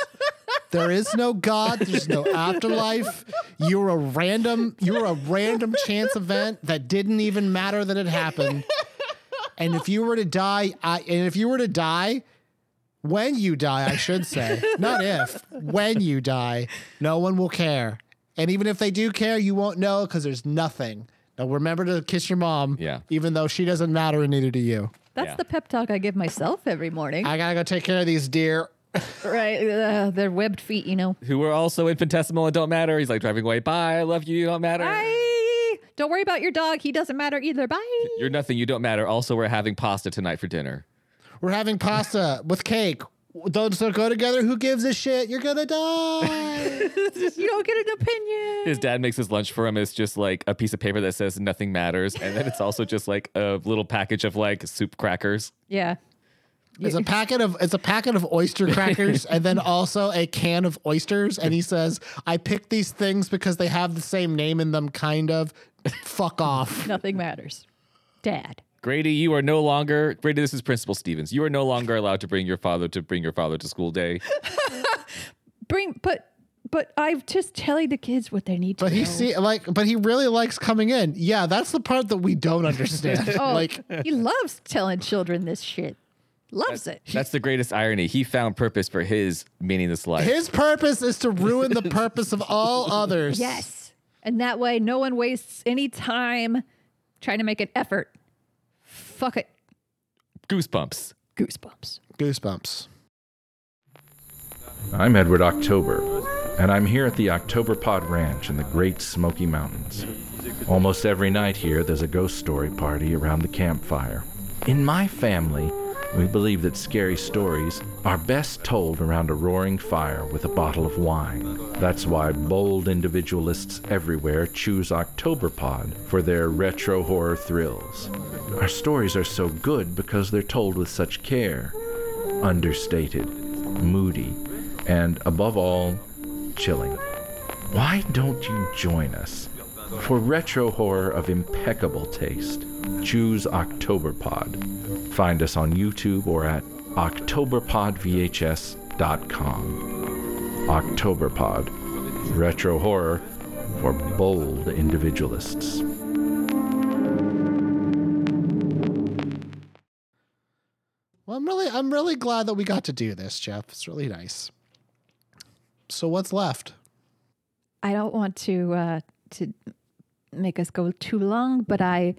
"There is no God. There's no afterlife. You're a random. You're a random chance event that didn't even matter that it happened. And if you were to die, I, and if you were to die." When you die, I should say, not if, when you die, no one will care. And even if they do care, you won't know because there's nothing. Now remember to kiss your mom, Yeah. even though she doesn't matter and neither do you. That's Yeah. the pep talk I give myself every morning. I gotta go take care of these deer. right? Uh, their webbed feet, you know. Who are also infinitesimal and don't matter. He's like driving away. Bye. I love you. You don't matter. Bye. Don't worry about your dog. He doesn't matter (laughs) either. Bye. You're nothing. You don't matter. Also, we're having pasta tonight for dinner. We're having pasta with cake. Those don't go together. Who gives a shit? You're gonna die. You don't get an opinion. His dad makes his lunch for him. It's just like a piece of paper that says nothing matters. And then it's also just like a little package of like soup crackers. Yeah. it's a packet of it's a packet of oyster crackers and then also a can of oysters. And he says, "I picked these things because they have the same name in them. Kind of. Fuck off." Nothing matters. Dad. Grady, you are no longer, Grady, this is Principal Stevens. You are no longer allowed to bring your father to bring your father to school day. Bring, but, but I'm just telling the kids what they need to But know. he see like, but he really likes coming in. Yeah, that's the part that we don't understand. (laughs) oh, Like, he loves telling children this shit. Loves it. That's the greatest irony. He found purpose for his meaningless life. his purpose is to ruin the purpose of all others. Yes. And that way, no one wastes any time trying to make an effort. Fuck it. Goosebumps. Goosebumps. Goosebumps. I'm Edward October, and I'm here at the Octoberpod Ranch in the Great Smoky Mountains. Almost every night here, there's a ghost story party around the campfire. In my family, we believe that scary stories are best told around a roaring fire with a bottle of wine. That's why bold individualists everywhere choose Octoberpod for their retro horror thrills. Our stories are so good because they're told with such care understated, moody, and above all, chilling. Why don't you join us? For retro horror of impeccable taste, choose Octoberpod. Find us on YouTube or at OctoberpodVHS.com. Octoberpod, retro horror for bold individualists. Well, I'm really, I'm really glad that we got to do this, Jeff. It's really nice. So what's left? I don't want to uh, to make us go too long, but I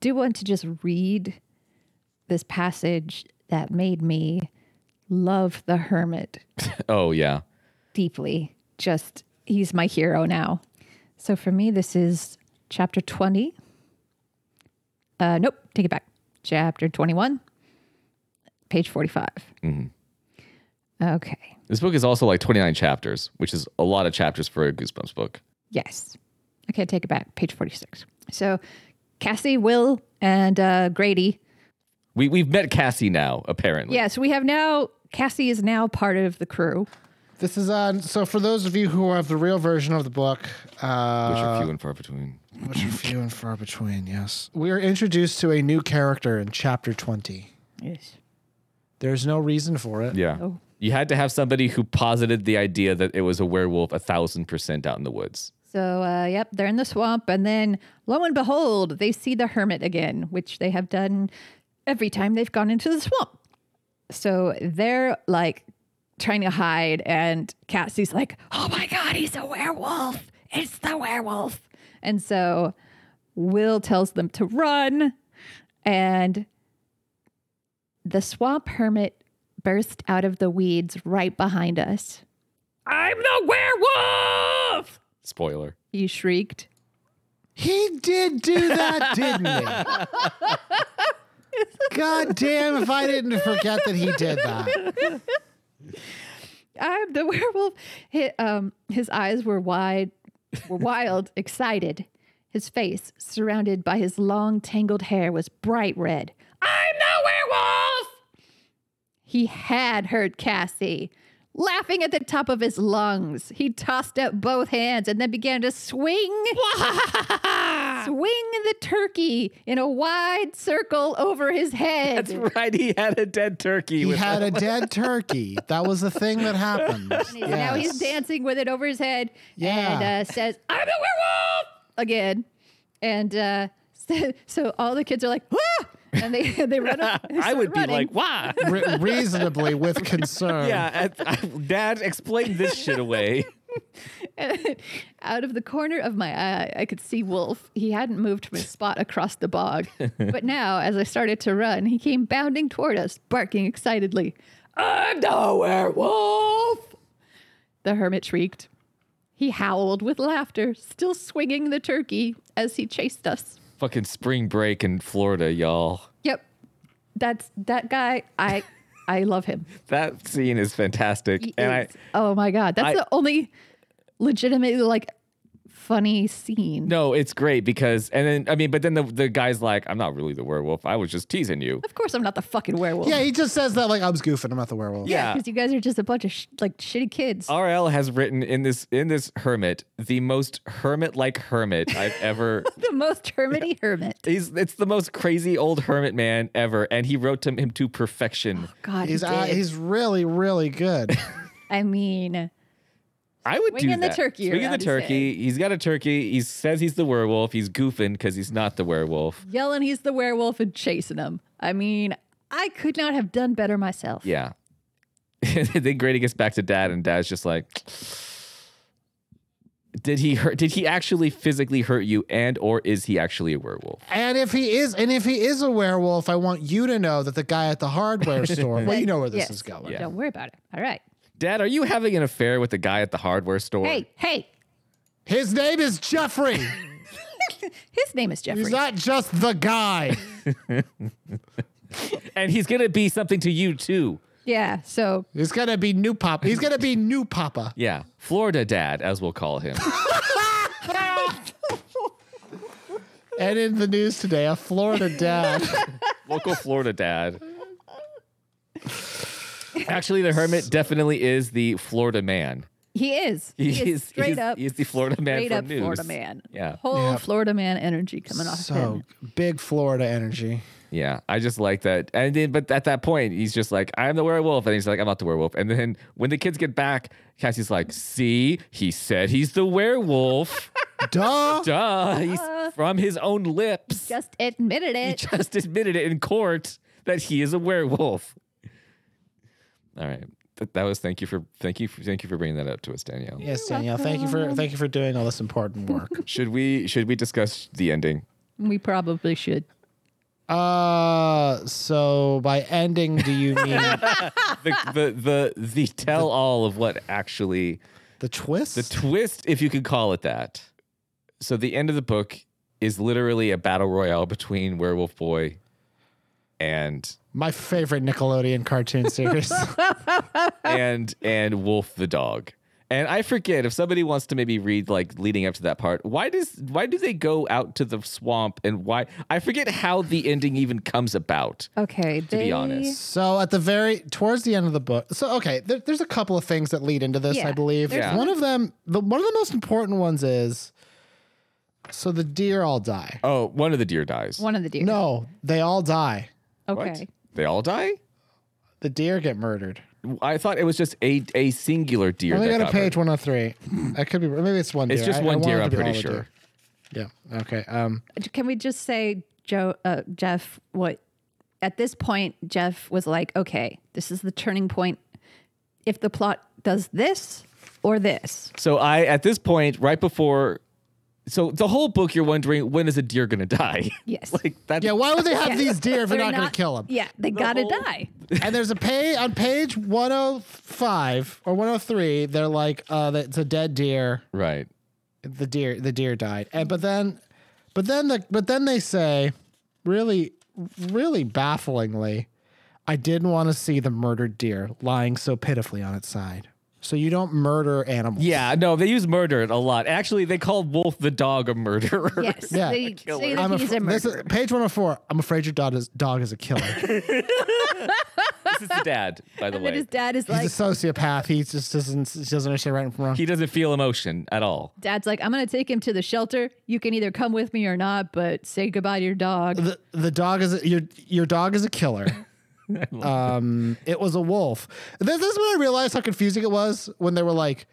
do want to just read this passage that made me love the hermit Oh, yeah. deeply. Just he's my hero now. So for me, this is chapter twenty. Uh, nope, take it back. Chapter twenty-one, page 45 Okay. This book is also like 29 chapters, which is a lot of chapters for a Goosebumps book. Yes. Okay, take it back. Page 46. So Cassie, Will, and uh, Grady. We, we've met Cassie now, apparently. Yes, we have now, Cassie is now part of the crew. This is on. So for those of you who have the real version of the book, uh, Which are few and far between. (coughs) which are few and far between, yes, we are introduced to a new character in chapter twenty. Yes. There's no reason for it. Yeah. Oh. You had to have somebody who posited the idea that it was a werewolf a thousand percent out in the woods. So, uh, yep, they're in the swamp. And then lo and behold, they see the hermit again, which they have done every time they've gone into the swamp. So they're like trying to hide. And Cassie's like, oh my God, he's a werewolf. It's the werewolf. And so Will tells them to run. And the swamp hermit burst out of the weeds right behind us. I'm the werewolf! Spoiler. You shrieked. He did do that, didn't (laughs) he? God damn if I didn't forget that he did that. I'm the (laughs) werewolf. His, um, his eyes were wide, were wild, (laughs) excited. His face, surrounded by his long, tangled hair, was bright red. I'm the werewolf! He had heard Cassie. Laughing at the top of his lungs, he tossed up both hands and then began to swing. swing the turkey in a wide circle over his head. right. He had a dead turkey. He had (laughs) a dead turkey. That was the thing that happened. And Now he's Yes. dancing with it over his head Yeah. and uh, says, I'm a werewolf again. And uh, (laughs) so, so all the kids are like, "Wah!" and they, (laughs) they (laughs) run up. they I start would be running. like, (laughs) why? Re- reasonably (laughs) with concern. yeah, I, I, Dad, explain this shit away. Out of the corner of my eye, I could see Wolf. He hadn't moved from his spot across the (laughs) bog. but now, as I started to run, he came bounding toward us, barking excitedly, I'm the werewolf! The hermit shrieked. He howled with laughter, still swinging the turkey as he chased us. (laughs) Fucking spring break in Florida, y'all. Yep. That's that guy. I I love him. That scene is fantastic, He (laughs) and I is- oh my god, that's I- the only legitimately like funny scene. no, it's great because, and then I mean, but then the the guy's like, "I'm not really the werewolf. I was just teasing you." Of course, I'm not the fucking werewolf. Yeah, he just says that like I was goofing. I'm not the werewolf. Yeah. Uh, because you guys are just a bunch of sh- like shitty kids. RL has written in this in this hermit the most hermit like hermit I've (laughs) ever the most hermity hermit. he's it's the most crazy old hermit man ever and he wrote to him to perfection. God, He's he uh, did. he's really really (laughs) good. I mean, (gasps) I would do Swinging the that. turkey Swinging the around his turkey. He's got a turkey. He says he's the werewolf. He's goofing because he's not the werewolf. yelling he's the werewolf and chasing him. I mean, I could not have done better myself. Yeah. (laughs) then Grady gets back to Dad, and Dad's just like, "Did he hurt? Did he actually physically hurt you? And or is he actually a werewolf?" and if he is, and if he is a werewolf, I want you to know that the guy at the (laughs) hardware store. well, you know where this Yes. is going. Yeah. Don't worry about it. All right. Dad, are you having an affair with the guy at the hardware store? Hey, hey. His name is Jeffrey. His name is Jeffrey. He's not just the guy. and he's gonna be something to you too. yeah. So He's gonna be new papa. He's gonna be new papa. Yeah, Florida Dad, as we'll call him. And in the news today, a Florida dad. (laughs) local Florida dad. Actually, the hermit definitely is the Florida man. He is. He, is straight he's- up. He's the Florida man straight from up news. Florida man. Yeah, Whole Florida man energy coming (laughs) off so him. big Florida energy. yeah. I just like that. And then, but at that point, he's just like, "I'm the werewolf," and he's like, "I'm not the werewolf." And then when the kids get back, Cassie's like, "See, he said he's the (laughs) werewolf. Duh. Duh, he's from his own lips. Just admitted he it. just admitted it in court that he is a werewolf." All right, that, that was thank you for thank you for, thank you for bringing that up to us, Danielle. Yes, Danielle. Thank you for thank you for doing all this important work. Should we should we discuss the ending? We probably should. Uh, so by ending, do (laughs) you mean (laughs) The the the, the tell all of what actually the twist? the twist, if you could call it that. So the end of the book is literally a battle royale between Werewolf Boy and My favorite Nickelodeon (laughs) cartoon series. and and Wolf the dog. And I forget if somebody wants to maybe read like leading up to that part. Why does why do they go out to the swamp and why I forget how the ending even comes about. Okay. To be honest, so at the very towards the end of the book, so okay, there, there's a couple of things that lead into this. Yeah, I believe there's Yeah. one of them, the one of the most important ones is, so the deer all die. oh, one of the deer dies. One of the deer. No, they all die. What? Okay. they all die. The deer get murdered. I thought it was just a a singular deer. Let me that go to got page murdered. 103. I could be. Maybe it's one. It's deer. just I- I one want deer. it to I'm be all pretty the sure. deer. Yeah. Okay. Um. Can we just say, Joe, uh, Jeff, what at this point, Jeff was like, okay, this is the turning point. If the plot does this or this, So I at this point, right before, so the whole book, you're wondering when is a deer going to die? (laughs) Yes. like that. Yeah. Why would they (laughs) have Yes. these deer if you're They're not, going to kill them? Yeah, they gotta die. and there's a page on page 105 or 103 they're like uh that it's a dead deer Right. the deer the deer died and but then but then the but then they say really really bafflingly i didn't want to see the murdered deer lying so pitifully on its side so you don't murder animals Yeah, no, they use murder a lot. Actually, they called Wolf the dog a murderer. (laughs) Yes. Yeah. They Killer. say that I'm he's a afraid this murderer. is, page 104 i'm afraid your dog is, dog is a killer he's this is the dad, by (laughs) the and then way. his dad is a like, sociopath he just doesn't he doesn't understand right from wrong He doesn't feel emotion at all. Dad's like, I'm going to take him to the shelter. You can either come with me or not, but say goodbye to (laughs) your dog. the, the dog is a, your your dog is a killer. um, it was a wolf. This, this is when I realized how confusing it was when they were like,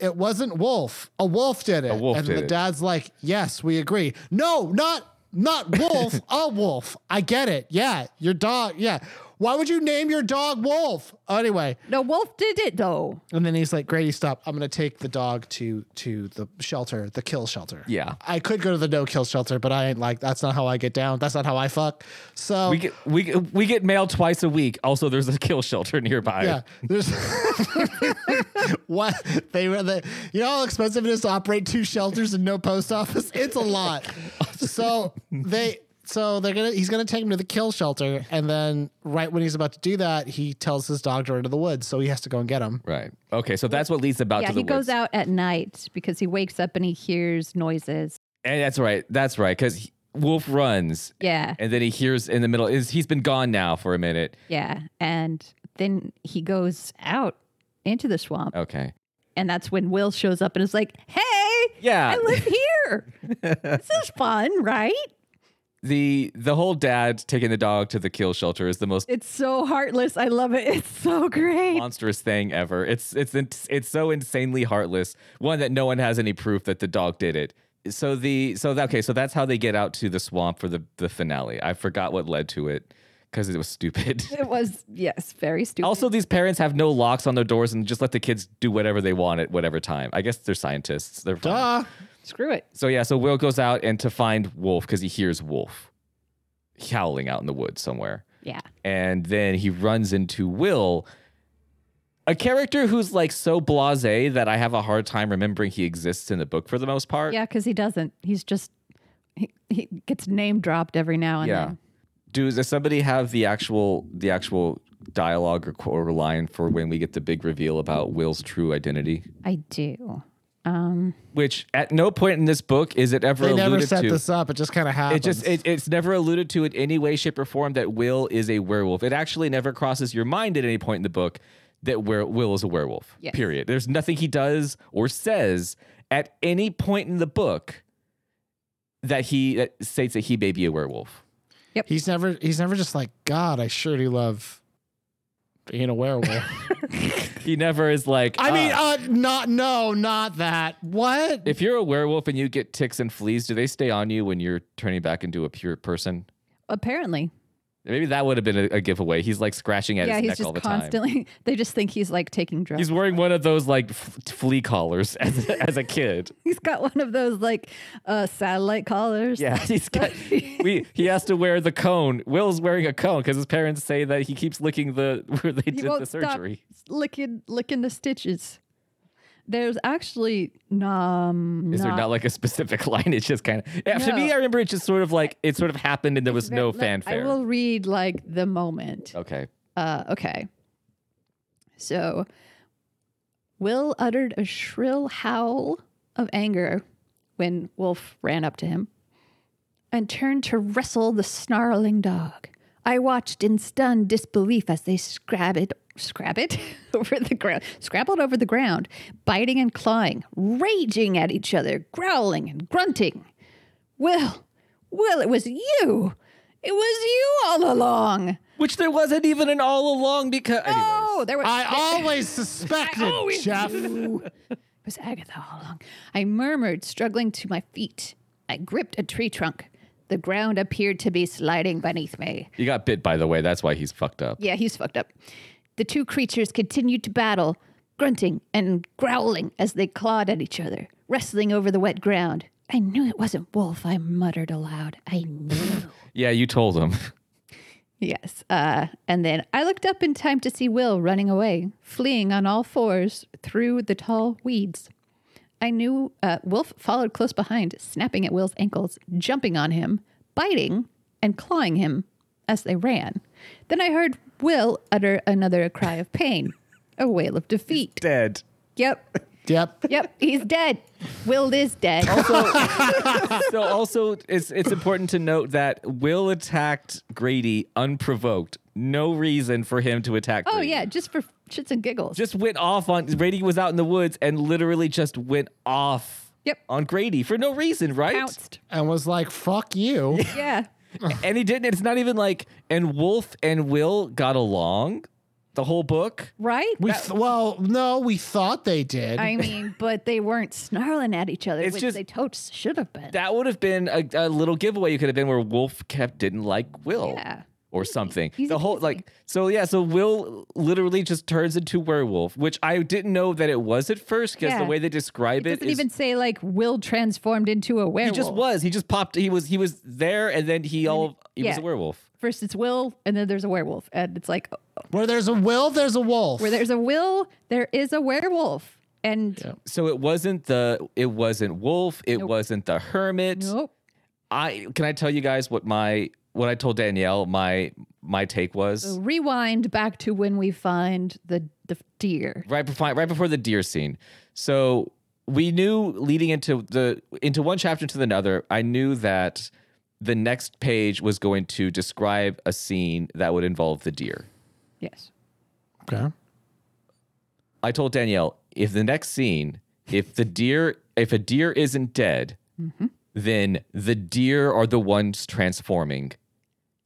"It wasn't wolf. A wolf did it." A wolf and did the it. dad's like, "Yes, we agree. No, not not wolf. a wolf. I get it. Yeah, your dog. Yeah." Why would you name your dog Wolf? Anyway, No, Wolf did it though. and then he's like, "Grady, stop! I'm gonna take the dog to to the shelter, the kill shelter." Yeah. I could go to the no kill shelter, but I ain't like that's not how I get down. That's not how I fuck. So We get we get- we get mail twice a week. Also, there's a kill shelter (laughs) nearby. yeah, there's (laughs) what they were the you know how expensive it is to operate two shelters and no post office. It's a lot. So they so they're gonna he's gonna take him to the kill shelter, and then right when he's about to do that, he tells his dog to run to the woods, so he has to go and get him. Right. Okay. So that's what leads about yeah, to the he goes woods. out at night because he wakes up and he hears noises. And that's right. That's right. Because Wolf runs, Yeah, and then he hears in the middle. Is he's been gone now for a minute? yeah. And then he goes out into the swamp. Okay. And that's when Will shows up and is like, hey, Yeah. I live (laughs) here. this is fun, right? the the whole dad taking the dog to the kill shelter is the (laughs) most It's so heartless. I love it. It's so great. monstrous thing ever. It's it's in- it's so insanely heartless. One that no one has any proof that the dog did it. So the so that, okay, so that's how they get out to the swamp for the the finale. I forgot what led to it because it was stupid. (laughs) It was, yes, very stupid. Also, these parents have no locks on their doors and just let the kids do whatever they want at whatever time. I guess they're scientists. They're fine. Duh. screw it. So yeah, so Will goes out and to find Wolf because he hears Wolf howling out in the woods somewhere. Yeah. and then he runs into Will, a character who's like so blasé that I have a hard time remembering he exists in the book for the most part. Yeah, because he doesn't. He's just, he, he gets name dropped every now and yeah. then. Do does somebody have the actual the actual dialogue or, qu- or line for when we get the big reveal about Will's true identity? I do. Um, Which at no point in this book is it ever They alluded never set to. this up. It just kind of it happens. just it, it's never alluded to in any way shape or form that will is a werewolf it actually never crosses your mind at any point in the book that where will is a werewolf Yes. period there's nothing he does or says at any point in the book that he that states that he may be a werewolf He's never he's never just like, God, I sure do love being a werewolf. he never is like I mean, "Ah, uh not no, not that. What? if you're a werewolf and you get ticks and fleas do they stay on you when you're turning back into a pure person apparently, maybe that would have been a, a giveaway he's like scratching at yeah, his he's neck all just the time constantly. (laughs) They just think he's like taking drugs. He's wearing one of those like f- flea collars (laughs) as, as a kid. he's got one of those like uh, satellite collars. Yeah, (laughs) he's got. we he has to wear the cone. Will's wearing a cone because his parents say that he keeps licking the (laughs) where they (laughs) he did won't the surgery. stop licking licking the stitches. There's actually um, Is there not- not like a specific (laughs) line? It's just kind of. Yeah, To me, No. I remember it just sort of like it sort of happened and there was no Let- fanfare. I will read like the moment. Okay. Uh, okay. So Will uttered a shrill howl of anger when Wolf ran up to him and turned to wrestle the snarling dog. I watched in stunned disbelief as they scrabbed scrabbed (laughs) over the ground, scrabbled over the ground, biting and clawing, raging at each other, growling and grunting. Will, Will, it was you. It was you all along. Which there wasn't even an all along because. Oh, there was. I there- always suspected, I always Jeff. knew. It was Agatha all along. I murmured, struggling to my feet. I gripped a tree trunk. The ground appeared to be sliding beneath me. He got bit, by the way. That's why he's fucked up. Yeah, he's fucked up. The two creatures continued to battle, grunting and growling as they clawed at each other, wrestling over the wet ground. I knew it wasn't Wolf, I muttered aloud. I knew. Yeah, you told him. (laughs) Yes. Uh, and then I looked up in time to see Will running away, fleeing on all fours through the tall weeds. I knew uh, Wolf followed close behind, snapping at Will's ankles, jumping on him, biting, and clawing him as they ran. Then I heard Will utter another cry of pain, a wail of defeat. Dead. Yep, Yep. yep, he's dead. Will is dead. so also it's it's important to note that Will attacked Grady unprovoked. No reason for him to attack. Oh Grady. yeah, just for shits and giggles. Just went off on Grady was out in the woods and literally just went off Yep. on Grady for no reason, right? pounced. And was like, fuck you. Yeah. And he didn't. It's not even like and Wolf and Will got along the whole book. Right? We th- well, no, we thought they did. (laughs) I mean, but they weren't snarling at each other, It's which just- they totes should have been. That would have been a, a little giveaway you could have been where Wolf kept didn't like Will. Yeah. Or something. He's the whole amazing. like so yeah, so Will literally just turns into werewolf, which I didn't know that it was at first because Yeah. the way they it describe it, doesn't is- even say like Will transformed into a he werewolf. just was. He just popped he was he was there and then he all he was yeah. a werewolf. First it's Will, and then there's a werewolf, and it's like Where there's a will, there's a wolf. where there's a Will, there is a werewolf, and So it wasn't the it wasn't Wolf, it Nope. wasn't the hermit. nope. I can I tell you guys what my what I told Danielle my my take was? So rewind back to when we find the the deer. right before right before the deer scene. So we knew leading into the into one chapter to another, I knew that the next page was going to describe a scene that would involve the deer. Yes. okay. I told Danielle, if the next scene, if the deer, if a deer isn't dead, Mm-hmm. then the deer are the ones transforming,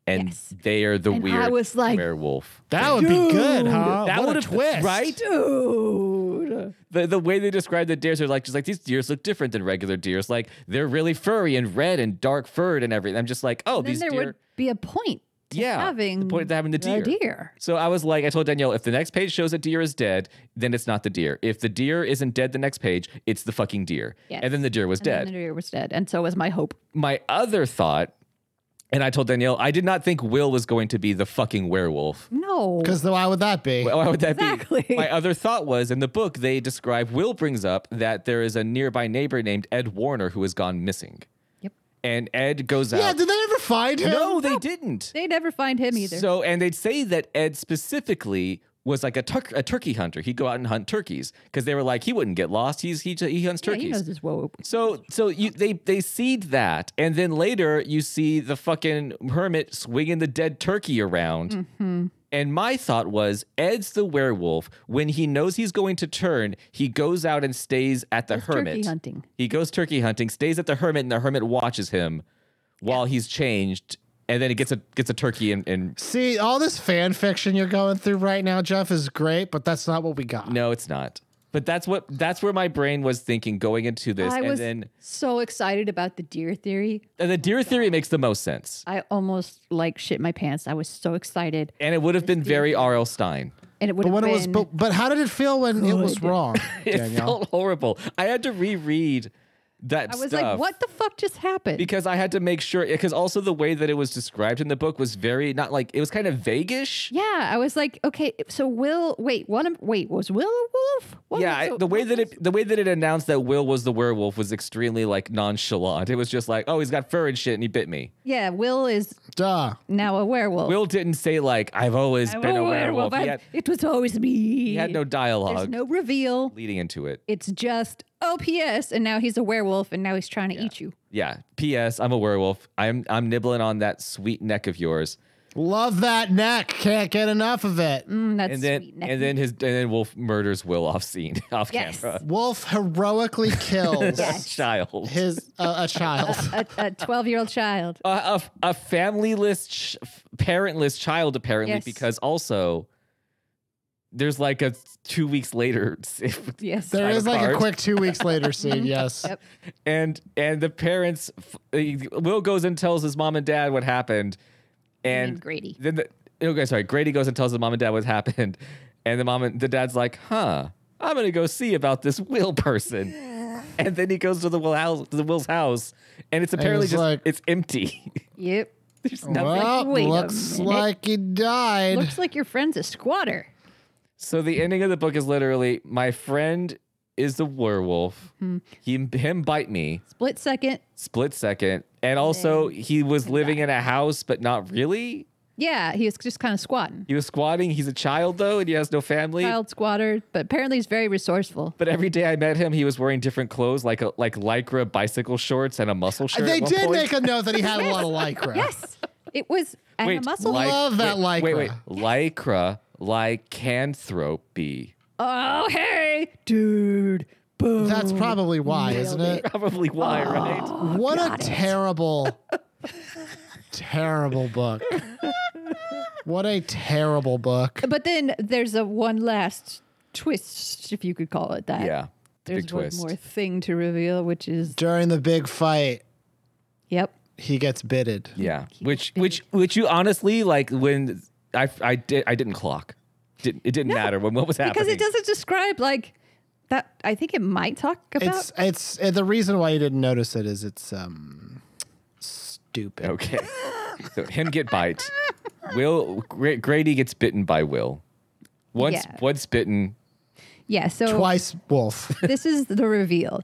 and Yes. they are the And I weird was like, werewolf. That would be good, huh? That what would a have twist. right? Dude. the the way they describe the deers are like just like these deers look different than regular deers. Like they're really furry and red and dark furred and everything. I'm just like, oh, Then these there deer. would be a point to yeah, having the point of having the deer. a deer. So I was like, I told Danielle, if the next page shows a deer is dead, then it's not the deer. If the deer isn't dead, the next page, it's the fucking deer. Yes. And then the deer was And then dead. the deer was dead, and so was my hope. My other thought, and I told Danielle, I did not think Will was going to be the fucking werewolf. No. Because why would that be? Why would that be? Exactly. My other thought was in the book they describe Will brings up that there is a nearby neighbor named Ed Warner who has gone missing. Yep. And Ed goes yeah, out. did they ever find him? no, they didn't. They never find him either. So and they'd say that Ed specifically was like a, tuck a turkey hunter. He'd go out and hunt turkeys because they were like he wouldn't get lost. He's he he hunts yeah, turkeys. he knows his woe. So so you they they seed that, and then later you see the fucking hermit swinging the dead turkey around. Mm-hmm. And my thought was, Ed's the werewolf. When he knows he's going to turn, he goes out and stays at the Goes turkey hermit. hunting. He goes turkey hunting, stays at the hermit, and the hermit watches him while he's changed, and then he gets a gets a turkey and, and See, all this fan fiction you're going through right now, Jeff, is great, but that's not what we got. no, it's not. But that's what that's where my brain was thinking going into this, I and was then so excited about the deer theory. and the Oh deer theory makes the most sense, I almost like shit my pants. I was so excited, and it would have been very R.L. Stein. and it would But have when been. it was, but, but how did it feel when it was (laughs) wrong, (laughs) It Danielle? felt horrible. I had to reread that I was stuff. like, what the fuck just happened? Because I had to make sure, because also the way that it was described in the book was very not like it was kind of vaguish. yeah, I was like, okay, so Will, wait, what? am- Wait, was Will a wolf? What yeah, was- I- so the way what that was- it the way that it announced that Will was the werewolf was extremely like nonchalant. It was just like, oh, he's got fur and shit, and he bit me. yeah, Will is Duh. now a werewolf. Will didn't say like, I've always I'm been a werewolf. I'm- He had, it was always me. he had no (laughs) There's dialogue no reveal. leading into it. It's just oh, P.S. And now he's a werewolf, and now he's trying to eat you. Yeah. P.S. I'm a werewolf. I'm I'm nibbling on that sweet neck of yours. Love that neck. Can't get enough of it. Mm, that's and then sweet. and then his and then Wolf murders Will off scene, (laughs) off Yes. camera. Wolf (laughs) heroically kills Child, his uh, a child. a, a 12 year (laughs) old child. a, a, a familyless, ch- parentless child apparently, Yes. because also there's like a two weeks later, (laughs) Yes. There Side is like a apart. quick two weeks later (laughs) scene. Yes. Yep. and and the parents, f- uh, Will goes and tells his mom and dad what happened, and, mean Grady. Then the okay, sorry, Grady goes and tells his mom and dad what happened, and the mom and the dad's like, huh. I'm gonna go see about this Will person, and then he goes to the Will house, to the Will's house, and it's apparently he's just like- it's empty. (laughs) Yep. There's nothing. Well, Wait a looks minute. like he died. Looks like your friend's a squatter. So the ending of the book is literally my friend is the werewolf. He him bite me Split second. split second, and also he was living in a house, but not really. Yeah, he was just kind of squatting. He was squatting. He's a child though, and he has no family. Child squatter, but apparently he's very resourceful. But every day I met him, he was wearing different clothes, like a, like lycra bicycle shorts and a muscle shirt. they at one did point. make a note that he had a lot of lycra. (laughs) Yes, it was and Wait, a muscle. ly- Love that wait, Wait, wait, lycra. lycra, lycanthropy. (laughs) oh hey, dude, boom. That's probably why, isn't it? Probably why, right? Oh, What a (laughs) terrible, terrible book. What a terrible book. But then there's a one last twist, if you could call it that. Yeah, the There's big one twist. more thing to reveal, which is During the big fight, yep. he gets bitted. Yeah, which which which you honestly like when I I did I didn't clock. Didn't, it didn't matter when what was happening because it doesn't describe like that. I think it might talk about. It's it's uh, the reason why you didn't notice it is it's um stupid. (laughs) Okay, so him get bite. Will Gra- Grady gets bitten by Will. Once Yeah. once bitten, yeah. So Twice wolf. (laughs) this is the reveal.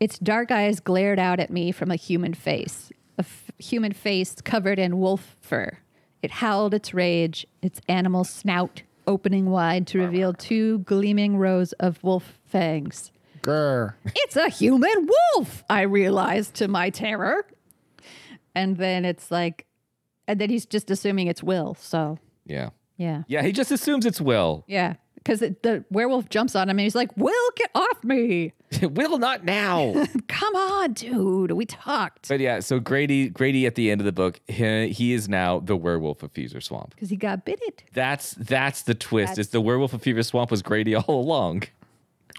Its dark eyes glared out at me from a human face, a f- human face covered in wolf fur. It howled its rage, its animal snout opening wide to reveal two gleaming rows of wolf fangs. Grr. It's a human wolf, I realized to my terror. And then it's like, and then he's just assuming it's Will. So, yeah, yeah. yeah, he just assumes it's Will. Yeah. Because the werewolf jumps on him and he's like, Will, get off me. (laughs) Will not now. Come on, dude. We talked. (laughs) but yeah, so Grady Grady at the end of the book, he, he is now the werewolf of Fever Swamp. Because he got bitted. That's that's the twist. it's the werewolf of Fever Swamp was Grady all (laughs) along.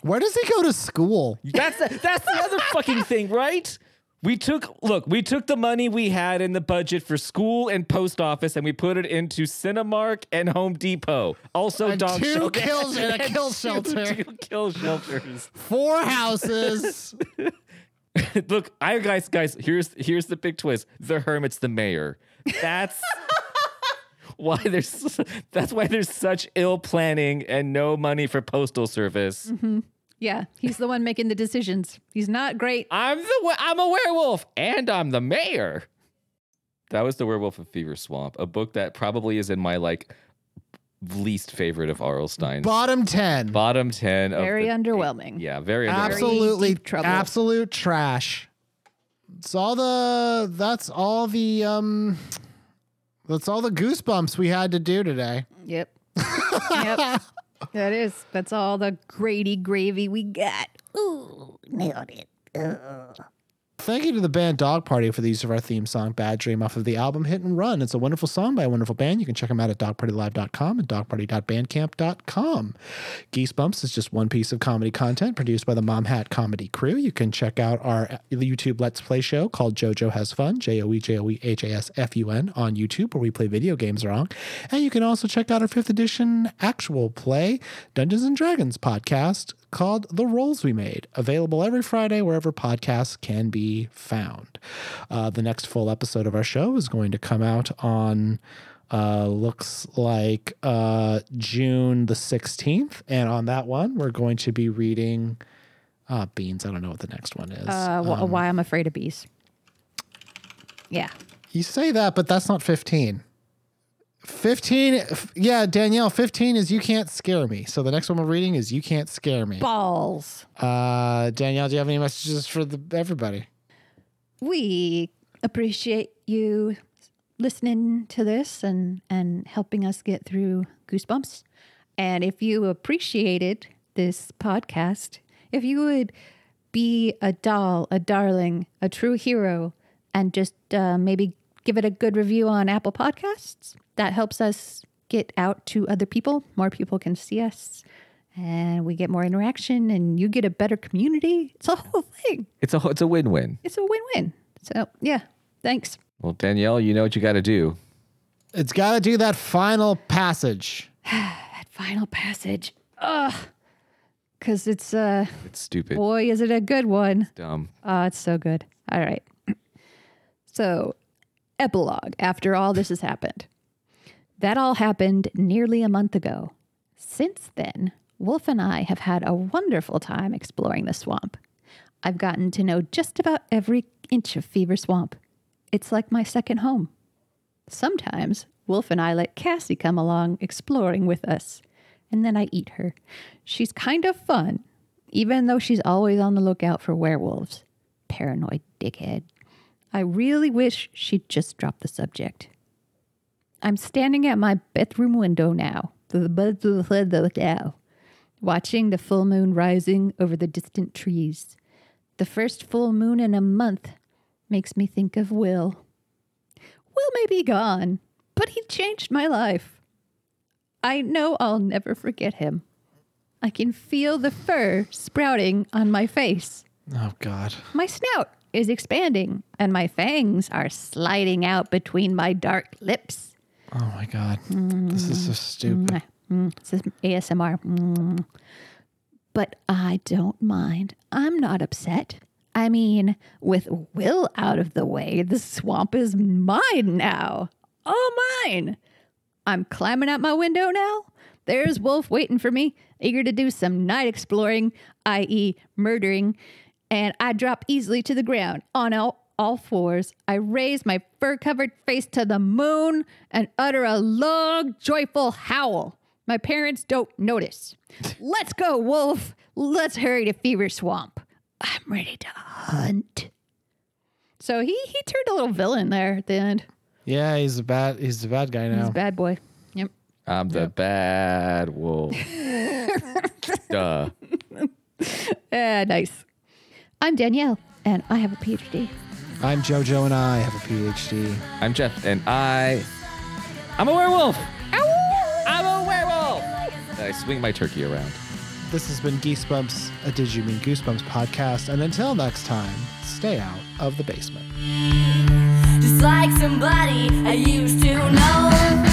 Where does he go to school? That's the, that's the other fucking thing, right? We took look, we took the money we had in the budget for school and post office, and we put it into Cinemark and Home Depot. Also, And dog two shelter- (laughs) kills and a kill two- shelter. Two kill shelters. Four houses. (laughs) look, I guys, guys, here's here's the big twist: the hermit's the mayor. That's. Why there's that's why there's such ill planning and no money for postal service. Yeah. He's the one making the decisions. He's not great. I'm the we- I'm a werewolf and I'm the mayor. That was the Werewolf of Fever Swamp, a book that probably is in my like least favorite of Arlstein's. Bottom ten. Bottom ten. Of Very the- underwhelming. Yeah, very. underwhelming. absolutely deep trouble. absolute trash it's all the that's all the um that's all the goosebumps we had to do today Yep. (laughs) yep. That is. That's all the grady gravy we got. Ooh, nailed it. thank you to the band dog party for the use of our theme song bad dream off of the album hit and run it's a wonderful song by a wonderful band you can check them out at dogpartylive.com and dogparty.bandcamp.com geesebumps is just one piece of comedy content produced by the mom hat comedy crew you can check out our youtube let's play show called jojo has fun E j-o-e-j-o-e-h-a-s-f-u-n on youtube where we play video games wrong and you can also check out our fifth edition actual play dungeons and dragons podcast called The Rolls We Made, available every Friday wherever podcasts can be found. Uh, the next full episode of our show is going to come out on. Uh, looks like uh, June the 16th. And on that one, we're going to be reading uh, Beans. I don't know what the next one is. Uh, wh- why I'm afraid of bees. Yeah. you say that, but that's not 15. 15, f- yeah, Danielle, 15 is You Can't Scare Me. So the next one we're reading is You Can't Scare Me. Balls. Uh, Danielle, do you have any messages for the, everybody? We appreciate you listening to this and, and helping us get through Goosebumps. And if you appreciated this podcast, if you would be a doll, a darling, a true hero, and just uh, maybe give it a good review on Apple Podcasts, that helps us get out to other people. More people can see us, and we get more interaction, and you get a better community. It's a whole thing It's a it's a win win. it's a win-win. So yeah, thanks. Well, Danielle, you know what you got to do. It's got to do that final passage. That final passage, ugh, because it's uh, It's stupid, boy, is it a good one. dumb. Oh, it's so good. All right. (clears throat) So, epilogue after all this has happened. That all happened nearly a month ago. Since then, Wolf and I have had a wonderful time exploring the swamp. I've gotten to know just about every inch of Fever Swamp. It's like my second home. Sometimes Wolf and I let Cassie come along exploring with us, and then I eat her. She's kind of fun, even though she's always on the lookout for werewolves. Paranoid dickhead. I really wish she'd just drop the subject. I'm standing at my bedroom window now, watching the full moon rising over the distant trees. The first full moon in a month makes me think of Will. Will may be gone, but he changed my life. I know I'll never forget him. I can feel the fur sprouting on my face. Oh God. My snout is expanding, and my fangs are sliding out between my dark lips. Oh my God. This is so stupid. Mwah. Mm, This is ASMR. Mm. But I don't mind. I'm not upset. I mean, with Will out of the way, the swamp is mine now. All mine. I'm climbing out my window now. There's Wolf waiting for me, eager to do some night exploring, i.e., murdering. And I drop easily to the ground on all, all fours. I raise my fur covered face to the moon and utter a long, joyful howl. My parents don't notice. Let's go, Wolf. Let's hurry to Fever Swamp. I'm ready to hunt. So he, he turned a little villain there at the end. Yeah, he's a bad. He's a bad guy He's now. a bad boy. Yep. I'm the bad wolf. Duh. Uh, nice. I'm Danielle, and I have a PhD. I'm JoJo, and I have a PhD. I'm Jeff, and I. I'm a werewolf. I'm a werewolf. And I swing my turkey around. This has been Goosebumps, a Did You Mean Goosebumps podcast, and until next time, stay out of the basement. Just like somebody I used to know.